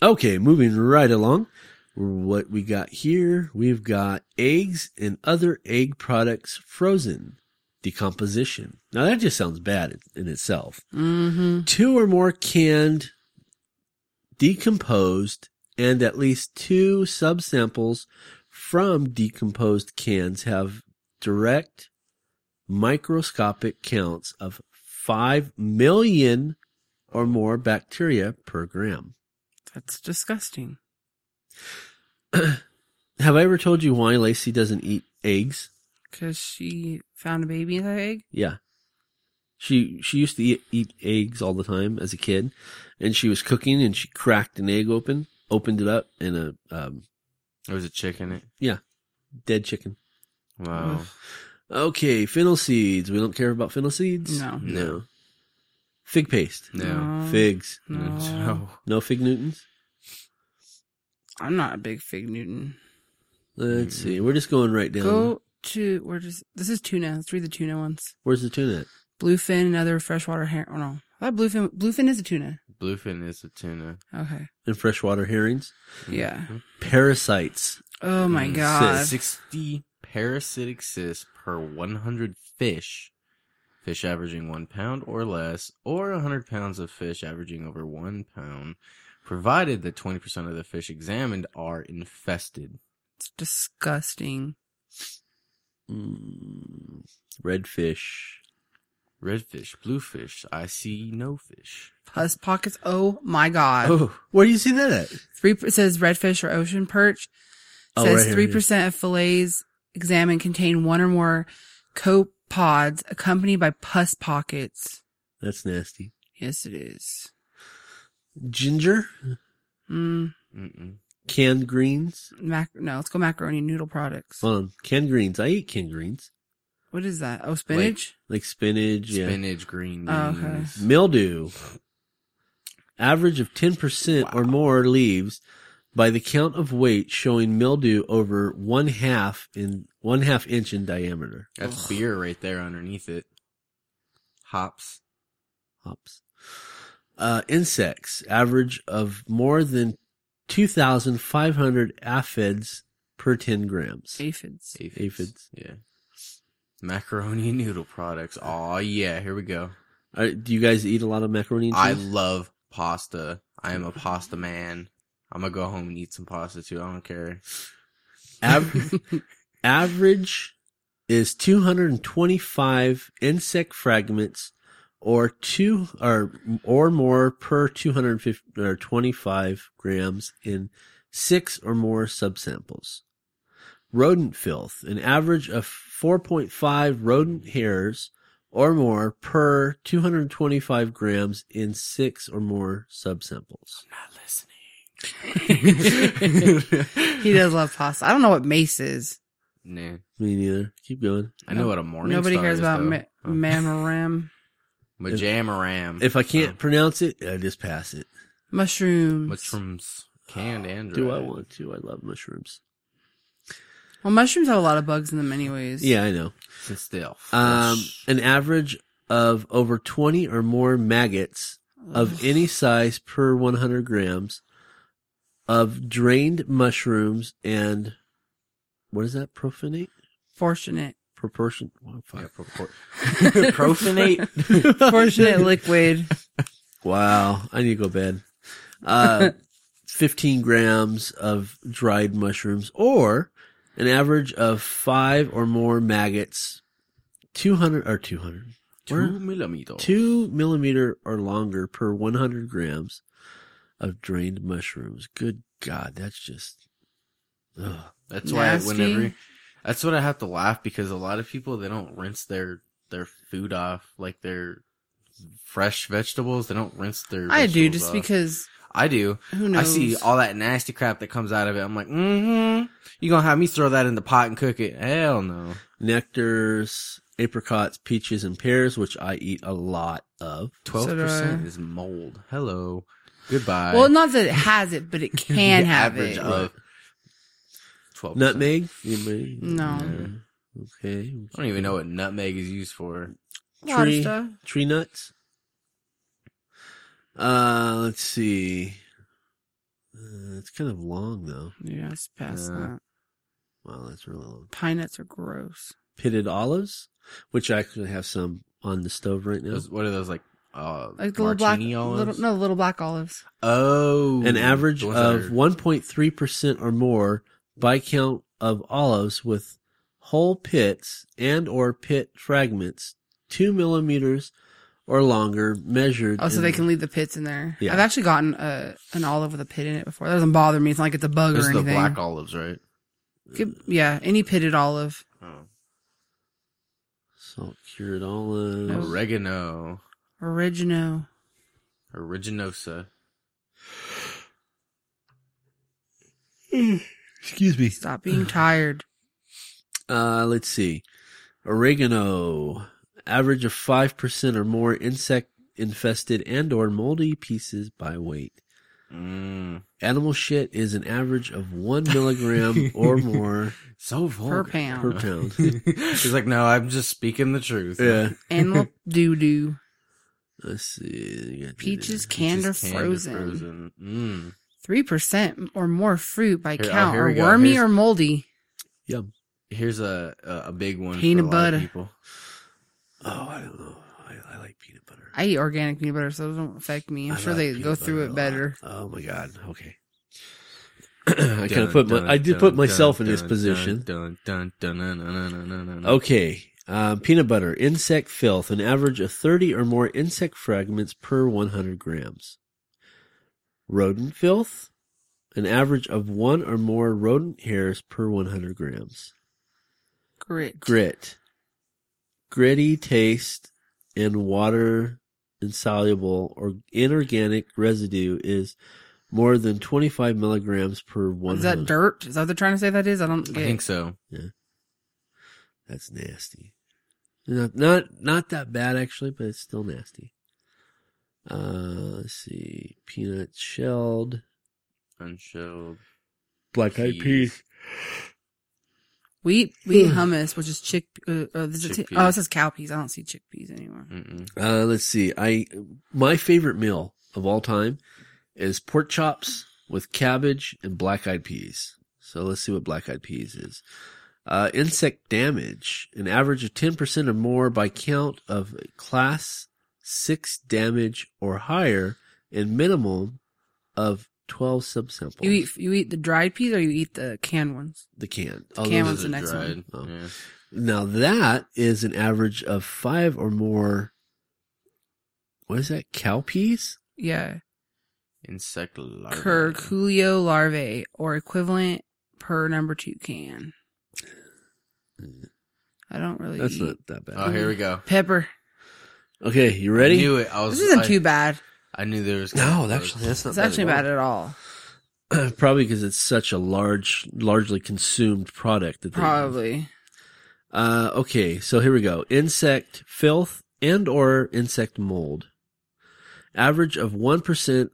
C: Okay, moving right along. What we got here, we've got eggs and other egg products frozen. decomposition. Now that just sounds bad in itself.
D: Mm-hmm.
C: Two or more canned, decomposed, and at least two subsamples from decomposed cans have direct microscopic counts of 5 million or more bacteria per gram.
D: That's disgusting.
C: Have I ever told you why Lacey doesn't eat eggs?
D: Cause she found a baby in that egg.
C: Yeah. She she used to eat, eat eggs all the time as a kid, and she was cooking and she cracked an egg open, opened it up, and a um,
E: It was a chick in it.
C: dead chicken.
E: Wow.
C: Okay, fennel seeds. We don't care about fennel seeds.
D: No.
C: no. Fig paste.
E: No.
C: Figs.
D: No.
E: No.
C: No fig Newtons.
D: I'm not a big fig Newton.
C: Let's see. We're just going right down.
D: Mm-hmm. Go to where does this is tuna. Let's read the tuna ones.
C: Where's the tuna? At?
D: Bluefin and other freshwater her Oh no, I thought bluefin. Bluefin is a tuna.
E: Bluefin is a tuna.
D: Okay.
C: And freshwater herrings.
D: Yeah.
C: Parasites.
D: Oh my
E: Mm,
D: god.
C: sis.
E: 60 parasitic cysts per 100 fish. Fish averaging one pound or less, or 100 pounds of fish averaging over one pound, provided that 20% of the fish examined are infested.
D: It's disgusting.
C: Mm, redfish.
E: Redfish, bluefish, I see no fish.
D: Pus pockets. Oh my god.
C: Oh, where do you see that at?
D: Three it says redfish or ocean perch.
C: Oh, right
D: says
C: here,
D: three percent of fillets examined contain one or more copods accompanied by pus pockets.
C: That's nasty.
D: Yes, it is.
C: Ginger.
D: Mm,
E: Mm-mm.
C: Canned greens.
D: mac- no, let's go macaroni noodle products.
C: Hold on. Canned greens. I eat canned greens.
D: What is that? Oh, spinach.
C: Like spinach. yeah.
E: Spinach, green
D: Oh,
E: beans.
D: okay.
C: Mildew. Average of 10% or more leaves by the count of weight showing mildew over one half in one half inch in diameter.
E: That's beer right there underneath it. Hops.
C: Hops. Uh, insects. Average of more than 2,500 aphids per 10 grams.
D: Aphids.
C: Aphids.
E: Yeah. Macaroni and noodle products. Oh yeah, here we go.
C: Uh, do you guys eat a lot of macaroni and
E: I
C: cheese?
E: love pasta. I am a pasta man. I'm gonna go home and eat some pasta too. I don't care.
C: Av- average is 225 insect fragments or two or or more per 250 or 25 grams in six or more subsamples. Rodent filth, an average of 4.5 rodent hairs or more per 225 grams in six or more subsamples.
E: Not listening.
D: He does love pasta. I don't know what mace is.
E: Nah,
C: Me neither. Keep going.
E: I know what a morning.
D: Nobody
E: star
D: cares
E: is,
D: about
E: though.
D: ma-
E: Oh.
D: mamaram,
E: Majamaram.
C: If I can't pronounce it, I just pass it.
E: Oh.
D: mushrooms.
E: mushrooms, canned and
C: Do I
E: dried.
C: want to? I love mushrooms.
D: Well, mushrooms have a lot of bugs in them, anyways.
C: Yeah, I know.
E: Sit still.
C: Um,
E: Fresh.
C: an average of over 20 or more maggots of any size per 100 grams of drained mushrooms and what is that? Profanate?
D: Fortunate,
C: Proportion? Oh, fuck.
E: Yeah, propor- profanate.
D: fortunate liquid.
C: Wow. I need to go bed. Uh, 15 grams of dried mushrooms or an average of five or more maggots, 200 or 200. Where-
E: Two millimeter.
C: two millimeter or longer per 100 grams of drained mushrooms. Good God, that's just. Ugh.
E: That's why
D: Nasty.
E: whenever that's what I have to laugh because a lot of people they don't rinse their their food off like their fresh vegetables. They don't rinse their.
D: I do
E: vegetables
D: just
E: off.
D: because
E: I do.
D: who knows?
E: I see all that nasty crap that comes out of it. I'm like, mm-hmm. You gonna have me throw that in the pot and cook it? Hell no.
C: Nectars, apricots, peaches, and pears, which I eat a lot of.
E: Twelve
D: So do
E: percent
D: I.
E: is mold. Hello. Goodbye.
D: Well, not that it has it, but it can
E: The
D: have
E: average
D: it.
E: of twelve.
C: Nutmeg? Anybody?
D: No.
C: Okay.
E: I don't even know what nutmeg is used for.
D: A lot of
C: Tree.
D: stuff.
C: Tree nuts. Uh, let's see. Uh, it's kind of long though.
D: Yeah, it's past
E: Uh,
D: that.
C: Wow, that's really long.
D: Pine nuts are gross.
C: Pitted olives. which I actually have some on the stove right now.
E: Those, what are those like? Uh,
D: Like the little black,
E: martini
D: little,
E: olives?
D: no, little black olives.
E: Oh,
C: An average
E: the ones that
C: of
E: are-
C: 1.3% or more by count of olives with whole pits and or pit fragments, two millimeters or longer measured.
D: Oh, so
C: in-
D: they can leave the pits in there.
C: Yeah.
D: I've actually gotten a, an olive with a pit in it before. That doesn't bother me. It's not like it's a bug
E: Those
D: or
E: are the
D: anything.
E: black olives, right?
D: Could- yeah, any pitted olive.
E: Oh.
C: Salt cured olives.
D: Those-
E: Oregano,
D: Oregano.
E: originosa.
C: Excuse me.
D: Stop being tired.
C: Uh, let's see. Oregano. Average of 5% or more insect infested and or moldy pieces by weight.
E: Mm.
C: Animal shit is an average of one milligram or more.
E: So vulgar.
D: pound.
C: Per pound.
E: He's like, no, I'm just speaking the truth.
C: Yeah.
D: Animal doo doo.
C: Let's see.
D: Peaches
E: Peaches
D: canned or
E: canned
D: frozen.
E: frozen. Mm.
D: Three percent or more fruit by
E: Here- oh,
D: count
E: here
D: are
E: we go.
D: wormy
E: Here's-
D: or moldy.
E: Here's a, a a big one.
D: Peanut
E: for a lot of
D: butter.
E: people.
C: Oh, I don't know. I, I like peanut butter.
D: I eat organic peanut butter, so it doesn't affect me. I'm
C: I
D: sure
C: like
D: they
C: peanut
D: go
C: butter
D: through
C: a
D: it
C: lot.
D: better.
C: Oh my god. Okay. I kind
E: Dun,
C: of put my,
E: dun,
C: I did
E: dun,
C: put myself
E: dun,
C: in this
E: dun,
C: position.
E: Dun, dun, dun, dun, dun, dun, dun, dun, dun, dun.
C: Okay. Um, peanut butter, insect filth, an average of 30 or more insect fragments per 100 grams. Rodent filth, an average of one or more rodent hairs per 100 grams.
D: Grit.
C: Grit, gritty taste and water insoluble or inorganic residue is more than 25 milligrams per 100.
D: Is that dirt? Is that what they're trying to say that is? I don't
E: I
D: get
E: think so.
C: That's nasty. Not, not not that bad actually, but it's still nasty. Uh, let's see, peanut shelled,
E: Unshelled.
C: black
E: eyed peas.
D: We eat, we eat hummus, which is chick. Uh, uh, is it
E: Chickpeas.
D: t- oh, it says cowpeas. I don't see chickpeas anymore.
E: Mm-mm.
C: Uh, let's see. I my favorite meal of all time is pork chops with cabbage and black eyed peas. So let's see what black eyed peas is. Uh, insect damage, an average of 10% or more by count of class 6 damage or higher and minimum of 12 subsamples.
D: You eat you eat the dried peas or you eat the canned ones.
C: the can.
D: The
C: those
D: can one's
C: are-
D: the next
E: dried.
C: one. Oh.
E: Yeah.
C: Now that is an average of 5 or more. What is that? Cow peas?
D: Yeah,
E: Insect larvae.
D: curculio larvae or equivalent per number two can. I don't really.
C: That's
D: eat
C: not that bad.
D: Uh,
E: Oh, here we go.
D: pepper.
C: Okay, you
E: I
C: ready?
E: knew it. I was.
D: This isn't
E: I,
D: too bad.
E: I knew there was.
C: No, actually, that's not.
D: It's actually bad at all.
C: Probably because it's such a large, largely consumed product. That they-
D: Probably.
C: Uh, okay, so here we go. Insect filth and or insect mold. Average of one percent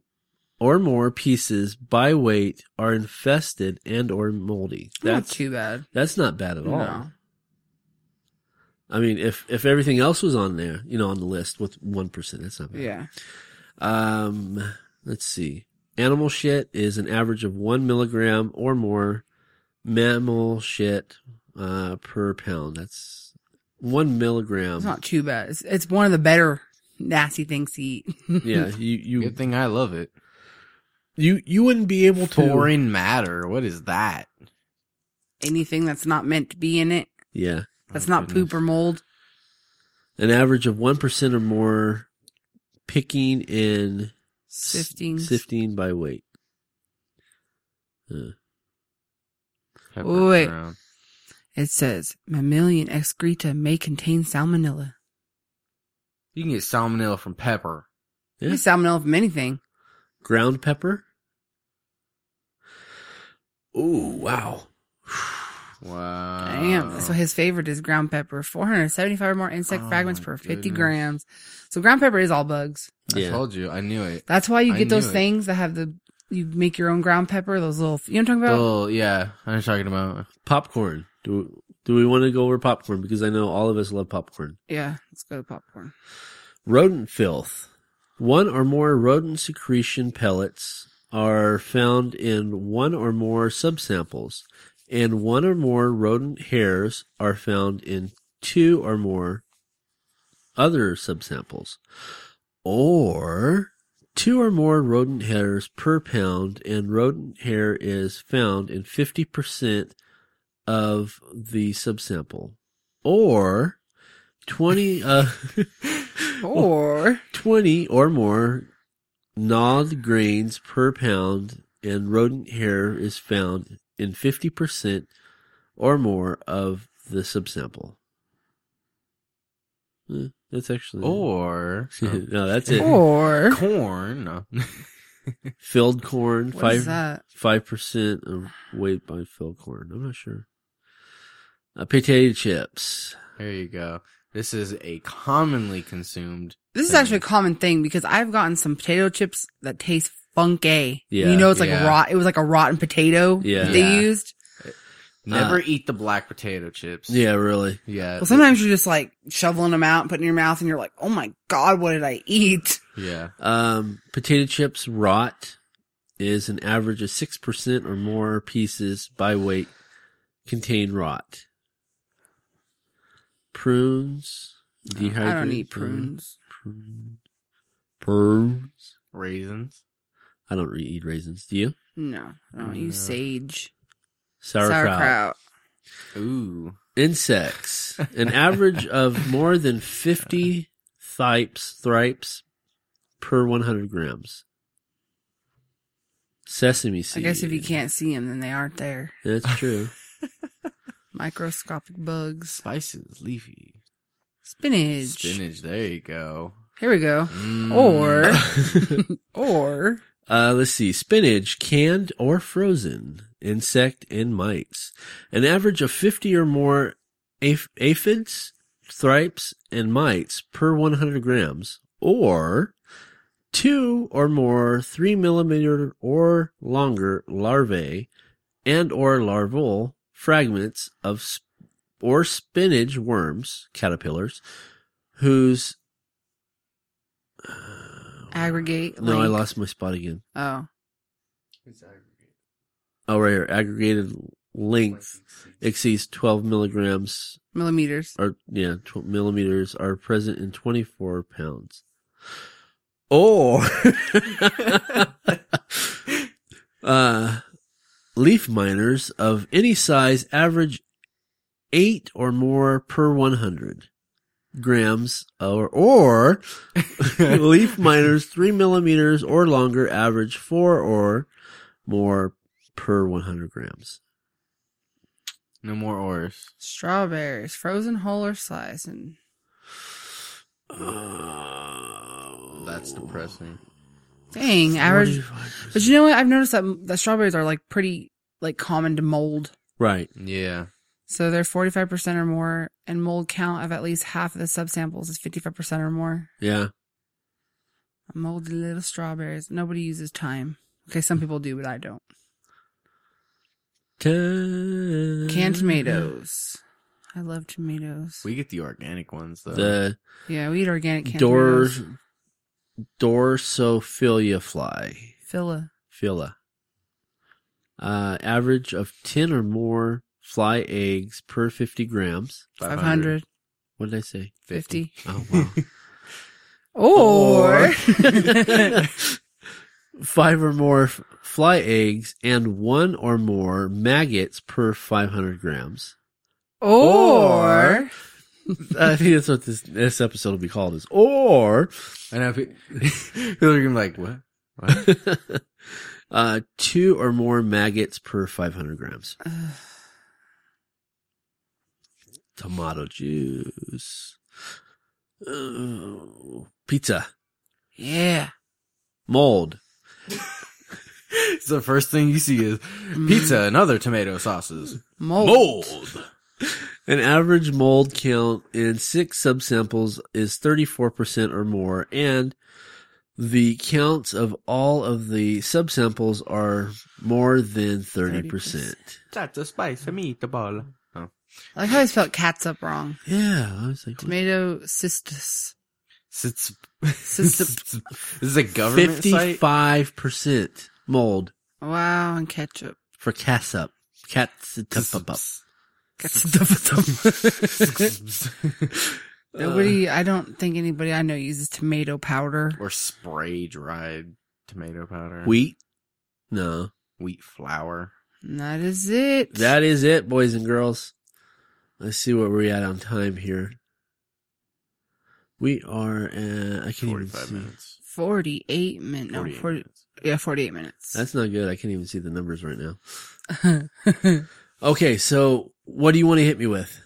C: or more pieces by weight are infested and or moldy.
D: Not
C: That's
D: too bad.
C: that's not bad at all.
D: No.
C: I mean, if if everything else was on there, you know, on the list with one percent, that's not bad.
D: Yeah.
C: Um, let's see. Animal shit is an average of one milligram or more. Mammal shit uh, per pound. That's one milligram.
D: It's not too bad. It's, it's one of the better nasty things to eat.
C: yeah, you you
E: Good thing I love it.
C: you you wouldn't be able to.
E: Foreign matter. What is that?
D: Anything that's not meant to be in it,
C: Yeah,
D: that's
E: Oh,
D: not
E: goodness.
D: poop or mold.
C: an average of one percent or more picking in
D: Sifting.
C: sifting by weight. Uh,
E: Pepper
D: Wait.
E: brown.
D: It says mammalian excreta may contain salmonella.
E: You can get salmonella from pepper.
C: Yeah.
D: You get salmonella from anything.
C: ground pepper. Ooh, wow.
E: Wow.
D: Damn. So his favorite is ground pepper. 475 or more insect
E: Oh
D: fragments
E: my
D: per 50
E: goodness.
D: grams. So ground pepper is all bugs.
E: I
C: Yeah.
E: told you. I knew it.
D: That's why you
E: I
D: get those
E: knew it.
D: things that have the, you make your own ground pepper, those little, you know what I'm talking about?
E: Well, yeah. I'm talking about.
C: popcorn. Do do we want to go over popcorn because I know all of us love popcorn.
D: yeah. Let's go to popcorn.
C: Rodent filth. One or more rodent secretion pellets are found in one or more subsamples, and one or more rodent hairs are found in two or more other subsamples, or two or more rodent hairs per pound, and rodent hair is found in 50% of the subsample, or 20, uh,
E: Oh.
D: Or
C: 20 or more gnawed grains per pound and rodent hair is found in 50% or more of the subsample. Eh, that's actually.
E: Oh. Or uh,
C: no, that's it.
D: Oh. or
E: corn. No.
C: Filled corn,
D: What
C: five
D: is that?
C: five percent of weight by filled corn. I'm not sure. Uh, potato chips.
E: there you go. This is a commonly consumed.
D: This is
E: thing.
D: actually a common thing because I've gotten some potato chips that taste funky.
C: Yeah.
D: you know, it's like
E: Yeah.
D: rot. It was like a rotten potato
C: Yeah.
D: that they
E: Yeah.
D: used.
E: Never eat the black potato chips.
C: Uh, Yeah, really.
E: Yeah.
D: Well, sometimes you're just like shoveling them out, and putting it in your mouth, and you're like, "Oh my god, what did I eat?"
E: Yeah.
C: Um, potato chips rot is an average of 6% or more pieces by weight contain rot. Prunes, dehydrated.
D: I don't eat prunes.
C: Prune- Prunes.
E: Raisins.
C: I don't really eat raisins. Do you?
D: No, I don't use
E: Yeah.
D: sage,
C: Sauerkraut.
E: Ooh.
C: Insects. An average of more than 50 thipes, thripes per 100 grams. Sesame
D: I
C: seeds.
D: guess if you can't see them, then they aren't there.
C: That's true.
D: Microscopic bugs,
E: Spices. Leafy.
D: spinach.
E: Spinach. There you go.
D: Here we go.
E: Mm.
D: Or, or
C: Uh, let's see. Spinach, canned or frozen, insect and mites. An average of 50 or more aph- aphids, thripes, and mites per 100 grams, or two or more three millimeter or longer larvae and or larval fragments of sp- or spinach worms, caterpillars, whose
D: aggregate.
C: Oh, no, I
D: link.
C: lost my spot again.
D: Oh,
C: Oh, right here. Aggregated length exceeds 12 milligrams
D: millimeters.
C: or, yeah, 12 millimeters are present in 24 pounds. Oh. Or, uh, leaf miners of any size average eight or more per 100 grams or, or leaf miners three millimeters or longer average four or more per 100 grams.
E: No more ors.
D: Strawberries, frozen whole or sliced, and
E: That's depressing.
D: dang, average. But you know what? I've noticed that that strawberries are like pretty like common to mold.
C: Right.
E: Yeah.
D: So they're 45% or more, and mold count of at least half of the subsamples is 55% or more.
C: Yeah.
D: Moldy little strawberries. Nobody uses time. Okay, some people do, but I don't.
C: Canned Mm-hmm.
D: Canned tomatoes. I love tomatoes.
E: We get the organic ones though.
C: The
D: yeah, we eat organic canned
C: Dor
D: tomatoes.
C: Dorsophilia fly.
D: Phila.
C: Phila. Uh, average of 10 or more fly eggs per 50 grams.
D: 500.
C: What did I say?
D: 50.
C: Oh, wow.
D: Or.
C: five or more f- fly eggs and one or more maggots per 500 grams.
D: Or.
C: I think that's what this, this episode will be called is. Or
E: I know. pe- People are gonna be like, "What? What?
C: uh, two or more maggots per 500 grams.
D: Ugh.
C: Tomato juice. Oh, pizza.
D: Yeah.
C: Mold.
E: It's the first thing you see is pizza and other tomato sauces.
D: Mold.
C: Oh. An average mold count in six subsamples is 34% or more, and the counts of all of the subsamples are more than 30%.
D: 30%.
E: That's a spice. I mean, the ball. Oh.
D: I like how I spelled cats up wrong.
C: Yeah, I was like, what?
D: Tomato cystis.
E: It's,
D: System.
E: this is a government site.
C: 55% mold
D: Wow, and ketchup.
C: for catsup. Catsup.
D: Nobody, I don't think anybody I know uses tomato powder.
E: or spray dried tomato powder,
C: Wheat? No.
E: wheat flour.
D: And that is it.
C: That is it, boys and girls. Let's see where we're at on time here. We are at, I can't even
E: Forty-five
C: see.
E: minutes.
D: 48 minutes. No,
E: 48
D: 40,
E: minutes.
D: yeah, 48 minutes.
C: That's not good. I can't even see the numbers right now. Okay, so what do you want to hit me with?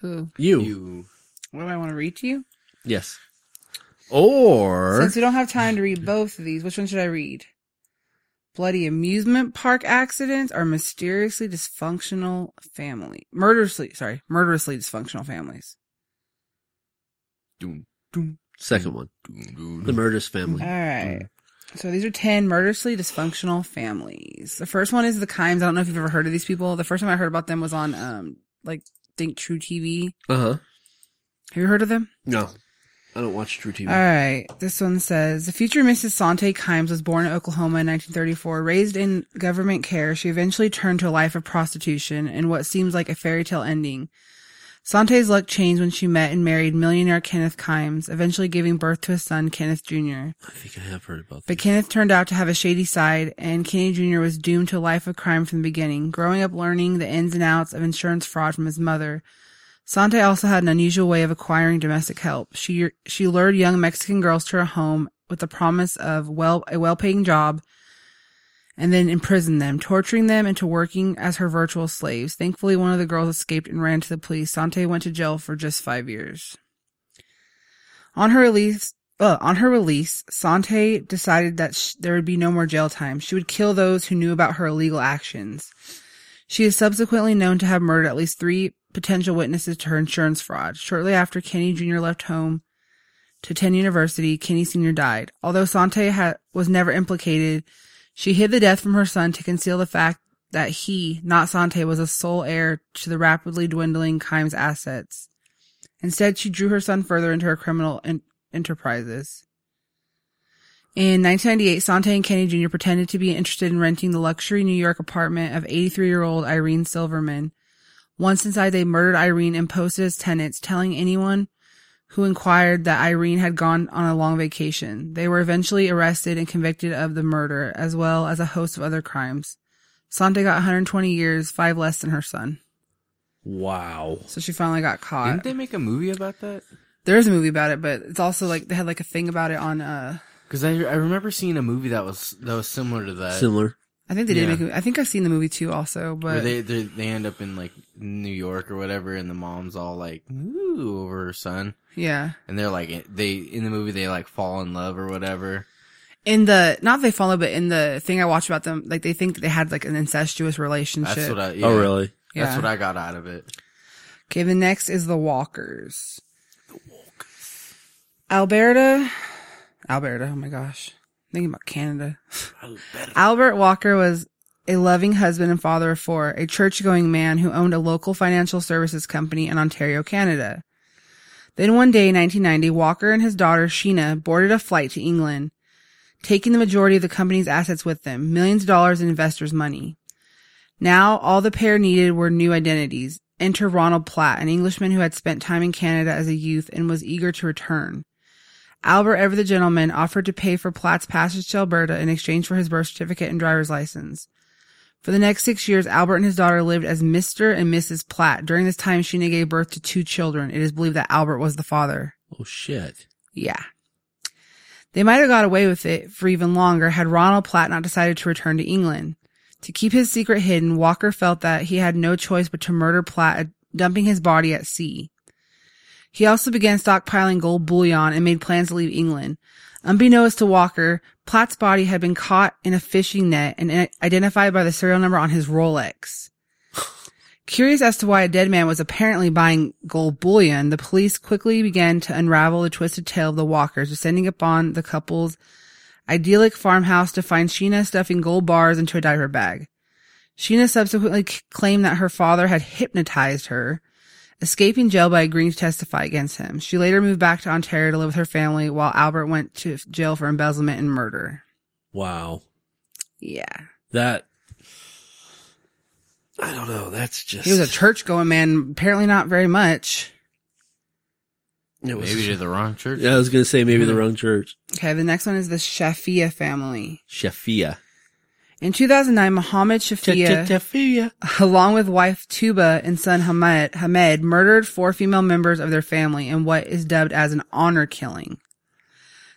D: Who?
C: You.
E: You
D: What do I want to read to you?
C: Yes. Or
D: Since we don't have time to read both of these, which one should I read? Bloody amusement park accidents or mysteriously dysfunctional family. Murderously, sorry, murderously dysfunctional families.
E: doom doom
C: second one.
E: doom doom.
C: The murderous family.
D: All right. So these are 10 murderously dysfunctional families. The first one is the Kimes. I don't know if you've ever heard of these people. The first time I heard about them was on, um, like, Think True TV.
C: Uh-huh.
D: Have you heard of them?
C: No. I don't watch True TV.
D: All right. This one says the future Mrs. Sante Kimes was born in Oklahoma in 1934. Raised in government care, she eventually turned to a life of prostitution and what seems like a fairy tale ending. Sante's luck changed when she met and married millionaire Kenneth Kimes, eventually giving birth to a son, Kenneth Jr.
C: I think I have heard about
D: But
C: that.
D: Kenneth turned out to have a shady side, and Kenny Jr. was doomed to a life of crime from the beginning, growing up learning the ins and outs of insurance fraud from his mother. Sante also had an unusual way of acquiring domestic help. She she lured young Mexican girls to her home with the promise of well a well-paying job and then imprisoned them, torturing them into working as her virtual slaves. Thankfully, one of the girls escaped and ran to the police. Sante went to jail for just 5 years. On her release, uh, on her release, Sante decided that sh- there would be no more jail time. She would kill those who knew about her illegal actions. She is subsequently known to have murdered at least three potential witnesses to her insurance fraud. Shortly after Kenny Jr. left home to 10 University, Kenny Sr. died. Although Sante ha- was never implicated, she hid the death from her son to conceal the fact that he, not Sante, was the sole heir to the rapidly dwindling Kimes assets. Instead, she drew her son further into her criminal en- enterprises. In 1998, Sante and Kenny Jr. pretended to be interested in renting the luxury New York apartment of 83 year old Irene Silverman. Once inside, they murdered Irene and posted as tenants, telling anyone who inquired that Irene had gone on a long vacation. They were eventually arrested and convicted of the murder, as well as a host of other crimes. Sante got 120 years, five less than her son.
C: Wow.
D: So she finally got caught.
E: Didn't they make a movie about that?
D: There is a movie about it, but it's also like they had like a thing about it on. uh
E: Because I I remember seeing a movie that was that was similar to that.
C: Similar.
D: I think they did
E: Yeah.
D: make. A, I think I've seen the movie too, also.
E: Where
D: But
E: they, they they end up in like New York or whatever, and the mom's all like, "Ooh," over her son,
D: yeah,
E: and they're like, they in the movie they like fall in love or whatever.
D: in the not they follow, but in the thing I watched about them, like they think they had like an incestuous relationship.
E: That's what I. Yeah,
C: Oh, really?
D: yeah.
E: That's what I got out of it.
D: Okay, the next is the Walkers. Alberta, Alberta. Oh my gosh, I'm thinking about Canada. Albert Walker was a loving husband and father of four, a church-going man who owned a local financial services company in Ontario, Canada. Then one day in 1990, Walker and his daughter Sheena boarded a flight to England, taking the majority of the company's assets with them, millions of dollars in investors' money. Now all the pair needed were new identities. Enter Ronald Platt, an Englishman who had spent time in Canada as a youth and was eager to return. Albert Ever the gentleman offered to pay for Platt's passage to Alberta in exchange for his birth certificate and driver's license. For the next six years, Albert and his daughter lived as Mr. and Mrs. Platt. During this time, Sheena gave birth to two children. It is believed that Albert was the father.
C: Oh, shit.
D: Yeah. They might have got away with it for even longer had Ronald Platt not decided to return to England. To keep his secret hidden, Walker felt that he had no choice but to murder Platt, dumping his body at sea. He also began stockpiling gold bullion and made plans to leave England. Unbeknownst to Walker, Platt's body had been caught in a fishing net and i- identified by the serial number on his Rolex. Curious as to why a dead man was apparently buying gold bullion, the police quickly began to unravel the twisted tale of the walkers, descending upon the couple's idyllic farmhouse to find Sheena stuffing gold bars into a diaper bag. Sheena subsequently c- claimed that her father had hypnotized her, escaping jail by agreeing to testify against him. She later moved back to Ontario to live with her family while Albert went to jail for embezzlement and murder.
C: Wow.
D: Yeah.
C: That I don't know. That's just
D: He was a church going man, apparently not very much.
C: It was-
E: Maybe to the wrong church.
C: Yeah, I was gonna say maybe the wrong church.
D: Okay, the next one is the Shafia family.
C: Shafia.
D: In 2009, Muhammad Shafia,
C: Shafia.
D: along with wife Tuba and son Hamed, Hamed, murdered four female members of their family in what is dubbed as an honor killing.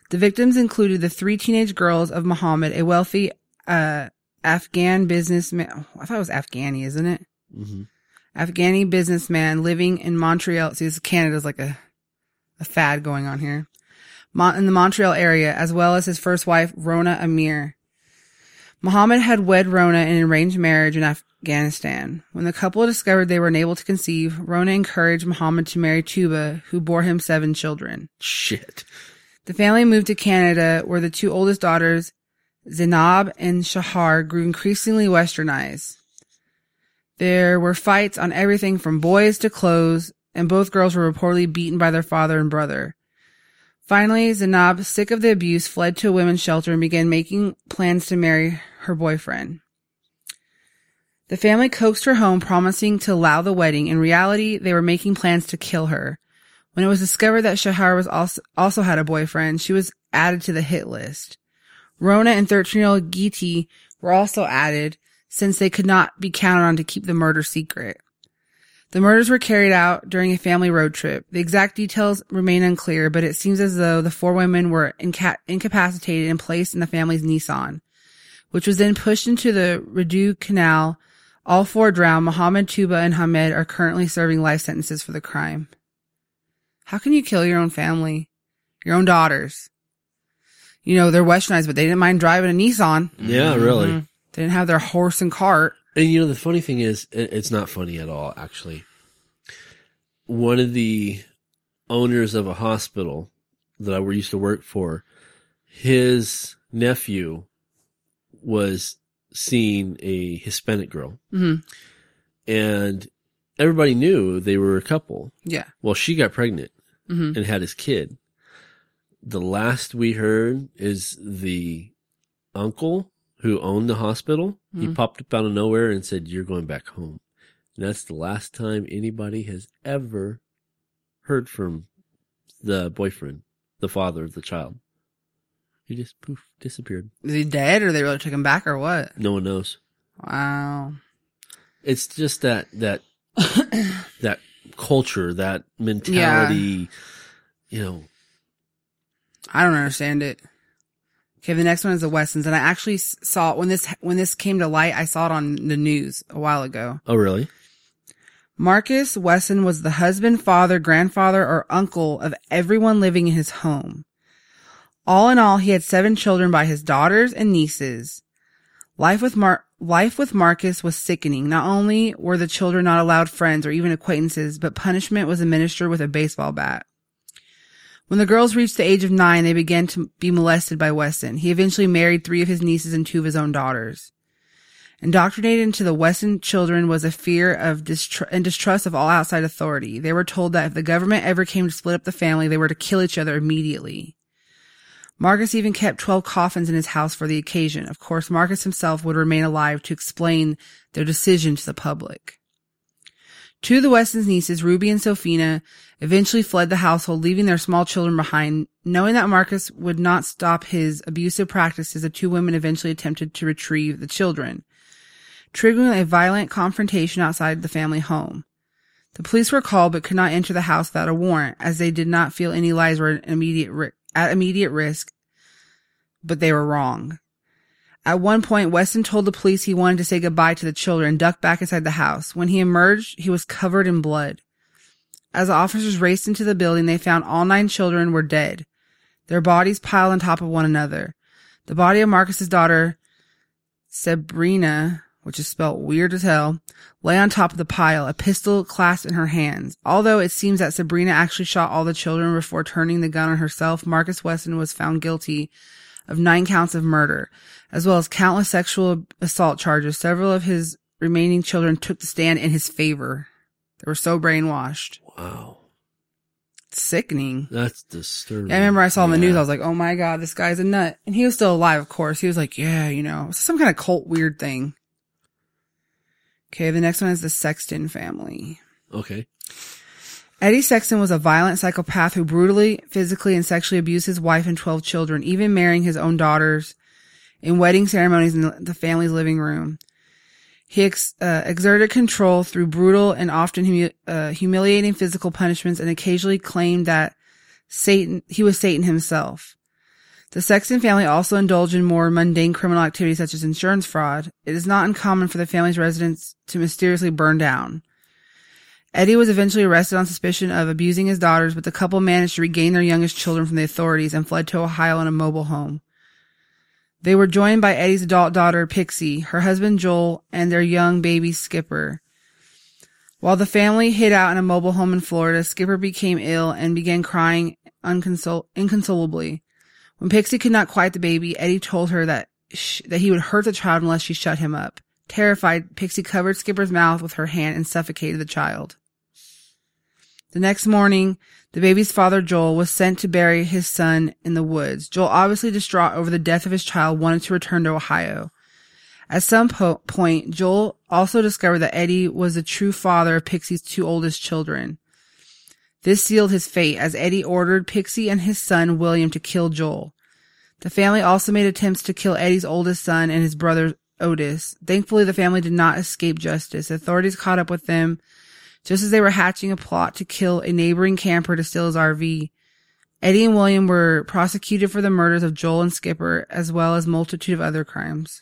D: The victims included the three teenage girls of Muhammad, a wealthy uh, Afghan businessman. oh, I thought it was Afghani, isn't it?
C: Mm-hmm.
D: Afghani businessman living in Montreal. See, this Canada's like a, a fad going on here. Mon- in the Montreal area, as well as his first wife, Rona Amir. Muhammad had wed Rona in an arranged marriage in Afghanistan. When the couple discovered they were unable to conceive, Rona encouraged Muhammad to marry Tuba, who bore him seven children.
C: Shit.
D: The family moved to Canada, where the two oldest daughters, Zainab and Shahar, grew increasingly westernized. There were fights on everything from boys to clothes, and both girls were reportedly beaten by their father and brother. Finally, Zainab, sick of the abuse, fled to a women's shelter and began making plans to marry her boyfriend. The family coaxed her home, promising to allow the wedding. In reality, they were making plans to kill her. When it was discovered that Shahar was also, also had a boyfriend, she was added to the hit list. Rona and 13 year old Giti were also added since they could not be counted on to keep the murder secret. The murders were carried out during a family road trip. The exact details remain unclear, but it seems as though the four women were inca- incapacitated and placed in the family's Nissan, which was then pushed into the Rideau Canal. All four drowned. Mohammed, Tuba, and Hamed are currently serving life sentences for the crime. How can you kill your own family, your own daughters? You know, they're westernized, but they didn't mind driving a Nissan.
C: Yeah, really.
D: Mhm. They didn't have their horse and cart.
C: And you know, the funny thing is, it- it's not funny at all, actually. One of the owners of a hospital that I used to work for, his nephew was seeing a Hispanic girl,
D: hmm
C: and everybody knew they were a couple.
D: Yeah.
C: Well, she got pregnant
D: hmm
C: and had his kid. The last we heard is the uncle who owned the hospital. He
D: Mhm.
C: popped up out of nowhere and said, You're going back home. And that's the last time anybody has ever heard from the boyfriend, the father of the child. He just poof disappeared.
D: Is he dead or they really took him back or what?
C: No one knows.
D: Wow.
C: It's just that that that culture, that mentality, you know,
D: I don't understand it. Okay, the next one is the Westons, and I actually s- saw when this when this came to light. I saw it on the news a while ago.
C: oh really?
D: Marcus Wesson was the husband, father, grandfather, or uncle of everyone living in his home. All in all, he had seven children by his daughters and nieces. Life with Mar- life with Marcus was sickening. Not only were the children not allowed friends or even acquaintances, but punishment was administered with a baseball bat. When the girls reached the age of nine, they began to be molested by Wesson. He eventually married three of his nieces and two of his own daughters. Indoctrinated into the Western children was a fear of distr- and distrust of all outside authority. They were told that if the government ever came to split up the family, they were to kill each other immediately. Marcus even kept 12 coffins in his house for the occasion. Of course, Marcus himself would remain alive to explain their decision to the public. Two of the Weston's nieces, Ruby and Sophina, eventually fled the household, leaving their small children behind. Knowing that Marcus would not stop his abusive practices, the two women eventually attempted to retrieve the children triggering a violent confrontation outside the family home. The police were called but could not enter the house without a warrant, as they did not feel any lives were an immediate ri- at immediate risk, but they were wrong. At one point, Weston told the police he wanted to say goodbye to the children, ducked back inside the house. When he emerged, he was covered in blood. As the officers raced into the building, they found all nine children were dead, their bodies piled on top of one another. The body of Marcus's daughter, Sabrina, which is spelled weird as hell, lay on top of the pile, a pistol clasped in her hands. Although it seems that Sabrina actually shot all the children before turning the gun on herself, Marcus Weston was found guilty of nine counts of murder, as well as countless sexual assault charges. Several of his remaining children took the stand in his favor. They were so brainwashed.
C: Wow.
D: It's sickening.
C: That's disturbing.
D: Yeah, I remember I saw him on the news.
E: Yeah.
D: I was like, oh my God, this guy's a nut. And he was still alive, of course. He was like, yeah, you know, some kind of cult weird thing. Okay, the next one is the Sexton family.
C: Okay.
D: Eddie Sexton was a violent psychopath who brutally, physically, and sexually abused his wife and 12 children, even marrying his own daughters in wedding ceremonies in the family's living room. He ex- uh, exerted control through brutal and often humi- uh, humiliating physical punishments and occasionally claimed that Satan, he was Satan himself. The Sexton family also indulged in more mundane criminal activities such as insurance fraud. It is not uncommon for the family's residence to mysteriously burn down. Eddie was eventually arrested on suspicion of abusing his daughters, but the couple managed to regain their youngest children from the authorities and fled to Ohio in a mobile home. They were joined by Eddie's adult daughter, Pixie, her husband, Joel, and their young baby, Skipper. While the family hid out in a mobile home in Florida, Skipper became ill and began crying unconsol- inconsolably. When Pixie could not quiet the baby, Eddie told her that sh- that he would hurt the child unless she shut him up. Terrified, Pixie covered Skipper's mouth with her hand and suffocated the child. The next morning, the baby's father, Joel, was sent to bury his son in the woods. Joel, obviously distraught over the death of his child, wanted to return to Ohio. At some po- point, Joel also discovered that Eddie was the true father of Pixie's two oldest children. This sealed his fate as Eddie ordered Pixie and his son, William, to kill Joel. The family also made attempts to kill Eddie's oldest son and his brother, Otis. Thankfully, the family did not escape justice. Authorities caught up with them just as they were hatching a plot to kill a neighboring camper to steal his RV. Eddie and William were prosecuted for the murders of Joel and Skipper, as well as multitude of other crimes.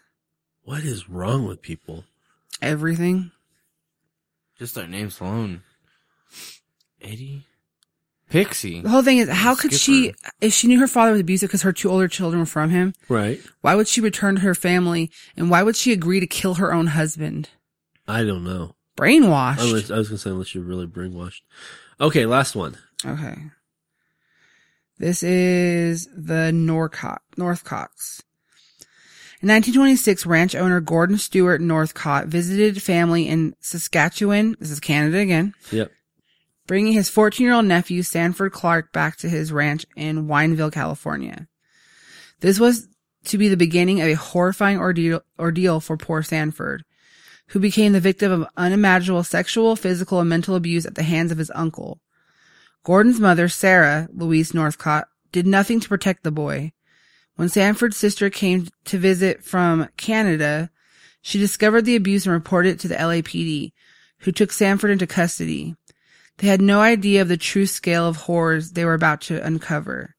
C: What is wrong with people?
D: Everything.
E: Just our names alone. Eddie? Pixie.
D: The whole thing is, how could she,
E: Skipper.
D: if she knew her father was abusive because her two older children were from him,
C: Right.
D: why would she return to her family and why would she agree to kill her own husband?
C: I don't know.
D: Brainwashed.
C: Unless, I was gonna say unless you're really brainwashed. Okay, last one.
D: Okay. This is the Norcott, Northcotts. In 1926, ranch owner Gordon Stewart Northcott visited family in Saskatchewan. This is Canada again,
C: Yep.
D: bringing his 14 year old nephew Sanford Clark back to his ranch in Wineville, California. This was to be the beginning of a horrifying ordeal, ordeal for poor Sanford, who became the victim of unimaginable sexual, physical, and mental abuse at the hands of his uncle. Gordon's mother, Sarah Louise Northcott, did nothing to protect the boy. When Sanford's sister came to visit from Canada, she discovered the abuse and reported it to the LAPD, who took Sanford into custody. They had no idea of the true scale of horrors they were about to uncover.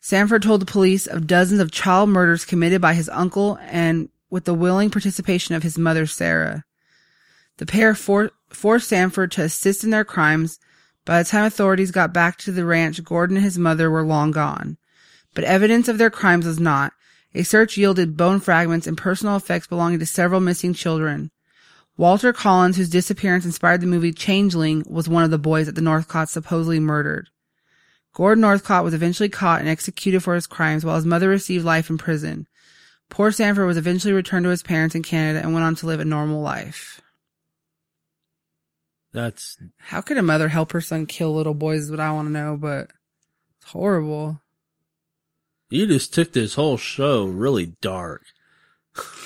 D: Sanford told the police of dozens of child murders committed by his uncle and with the willing participation of his mother, Sarah. The pair for- forced Sanford to assist in their crimes. By the time authorities got back to the ranch, Gordon and his mother were long gone. But evidence of their crimes was not. A search yielded bone fragments and personal effects belonging to several missing children. Walter Collins, whose disappearance inspired the movie Changeling, was one of the boys that the Northcott supposedly murdered. Gordon Northcott was eventually caught and executed for his crimes while his mother received life in prison. Poor Sanford was eventually returned to his parents in Canada and went on to live a normal life.
C: That's
D: How could a mother help her son kill little boys is what I want to know, but it's horrible.
C: you just took this whole show really dark.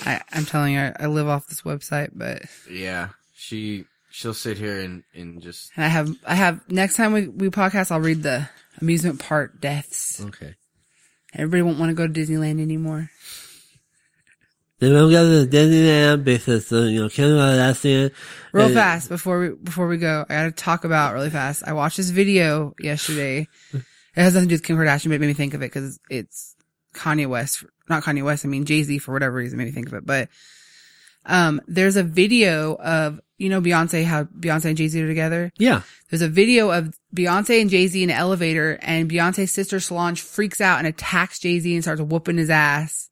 D: I, I'm telling you, I, I live off this website, but
E: Yeah. She she'll sit here and, and just
D: and I have I have next time we, we podcast I'll read the amusement park deaths.
C: Okay.
D: Everybody won't want to go to Disneyland anymore.
C: Then I'm going to Disneyland because uh, you know Canada last year.
D: Real
C: and-
D: fast before we before we go, I gotta talk about really fast. I watched this video yesterday. It has nothing to do with Kim Kardashian, but it made me think of it because it's Kanye West, not Kanye West. I mean Jay Z for whatever reason made me think of it. But um, there's a video of you know Beyonce how Beyonce and Jay Z are together.
C: Yeah.
D: There's a video of Beyonce and Jay Z in an elevator, and Beyonce's sister Solange freaks out and attacks Jay Z and starts whooping his ass.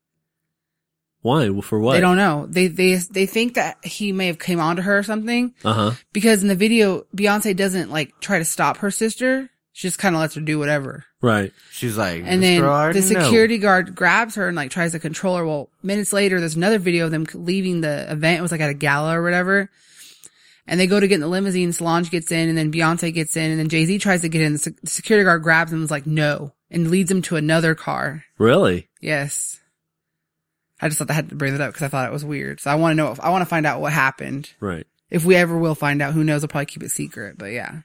C: Why? For what?
D: They don't know. They they they think that he may have came onto her or something
C: Uh huh.
D: because in the video Beyonce doesn't like try to stop her sister. She just kind of lets her do whatever.
C: Right.
E: she's like
D: And
E: "Mr.
D: then
E: Hard,
D: the
E: no."
D: security guard grabs her and like tries to control her. Well, minutes later, there's another video of them leaving the event. It was like at a gala or whatever. And they go to get in the limousine. Solange gets in and then Beyonce gets in and then Jay Z tries to get in. The sec- the security guard grabs him and is like, no, and leads him to another car.
C: Really?
D: Yes. I just thought I had to bring that up because I thought it was weird. So I want to know if I want to find out what happened.
C: Right.
D: If we ever will find out, who knows? I'll probably keep it secret, but yeah.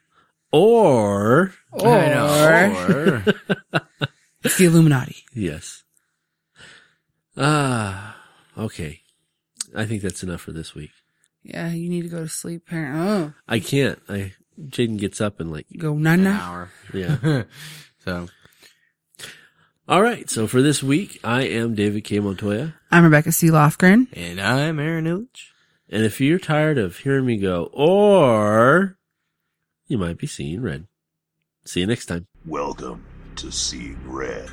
C: Or
D: Or,
E: I know, or-
D: it's the Illuminati.
C: yes. Ah, okay. I think that's enough for this week.
D: Yeah, you need to go to sleep, parent. Oh,
C: I can't. I Jaden gets up and like
D: go nine
E: an
D: nine.
E: hour.
C: yeah.
E: so
C: All right. So for this week, I am David K Montoya.
D: I'm Rebecca C. Lofgren.
E: and I'm Aaron Illich.
C: And if you're tired of hearing me go, or you might be seeing red. See you next time.
B: Welcome to Seeing Red.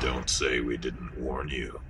B: Don't say we didn't warn you.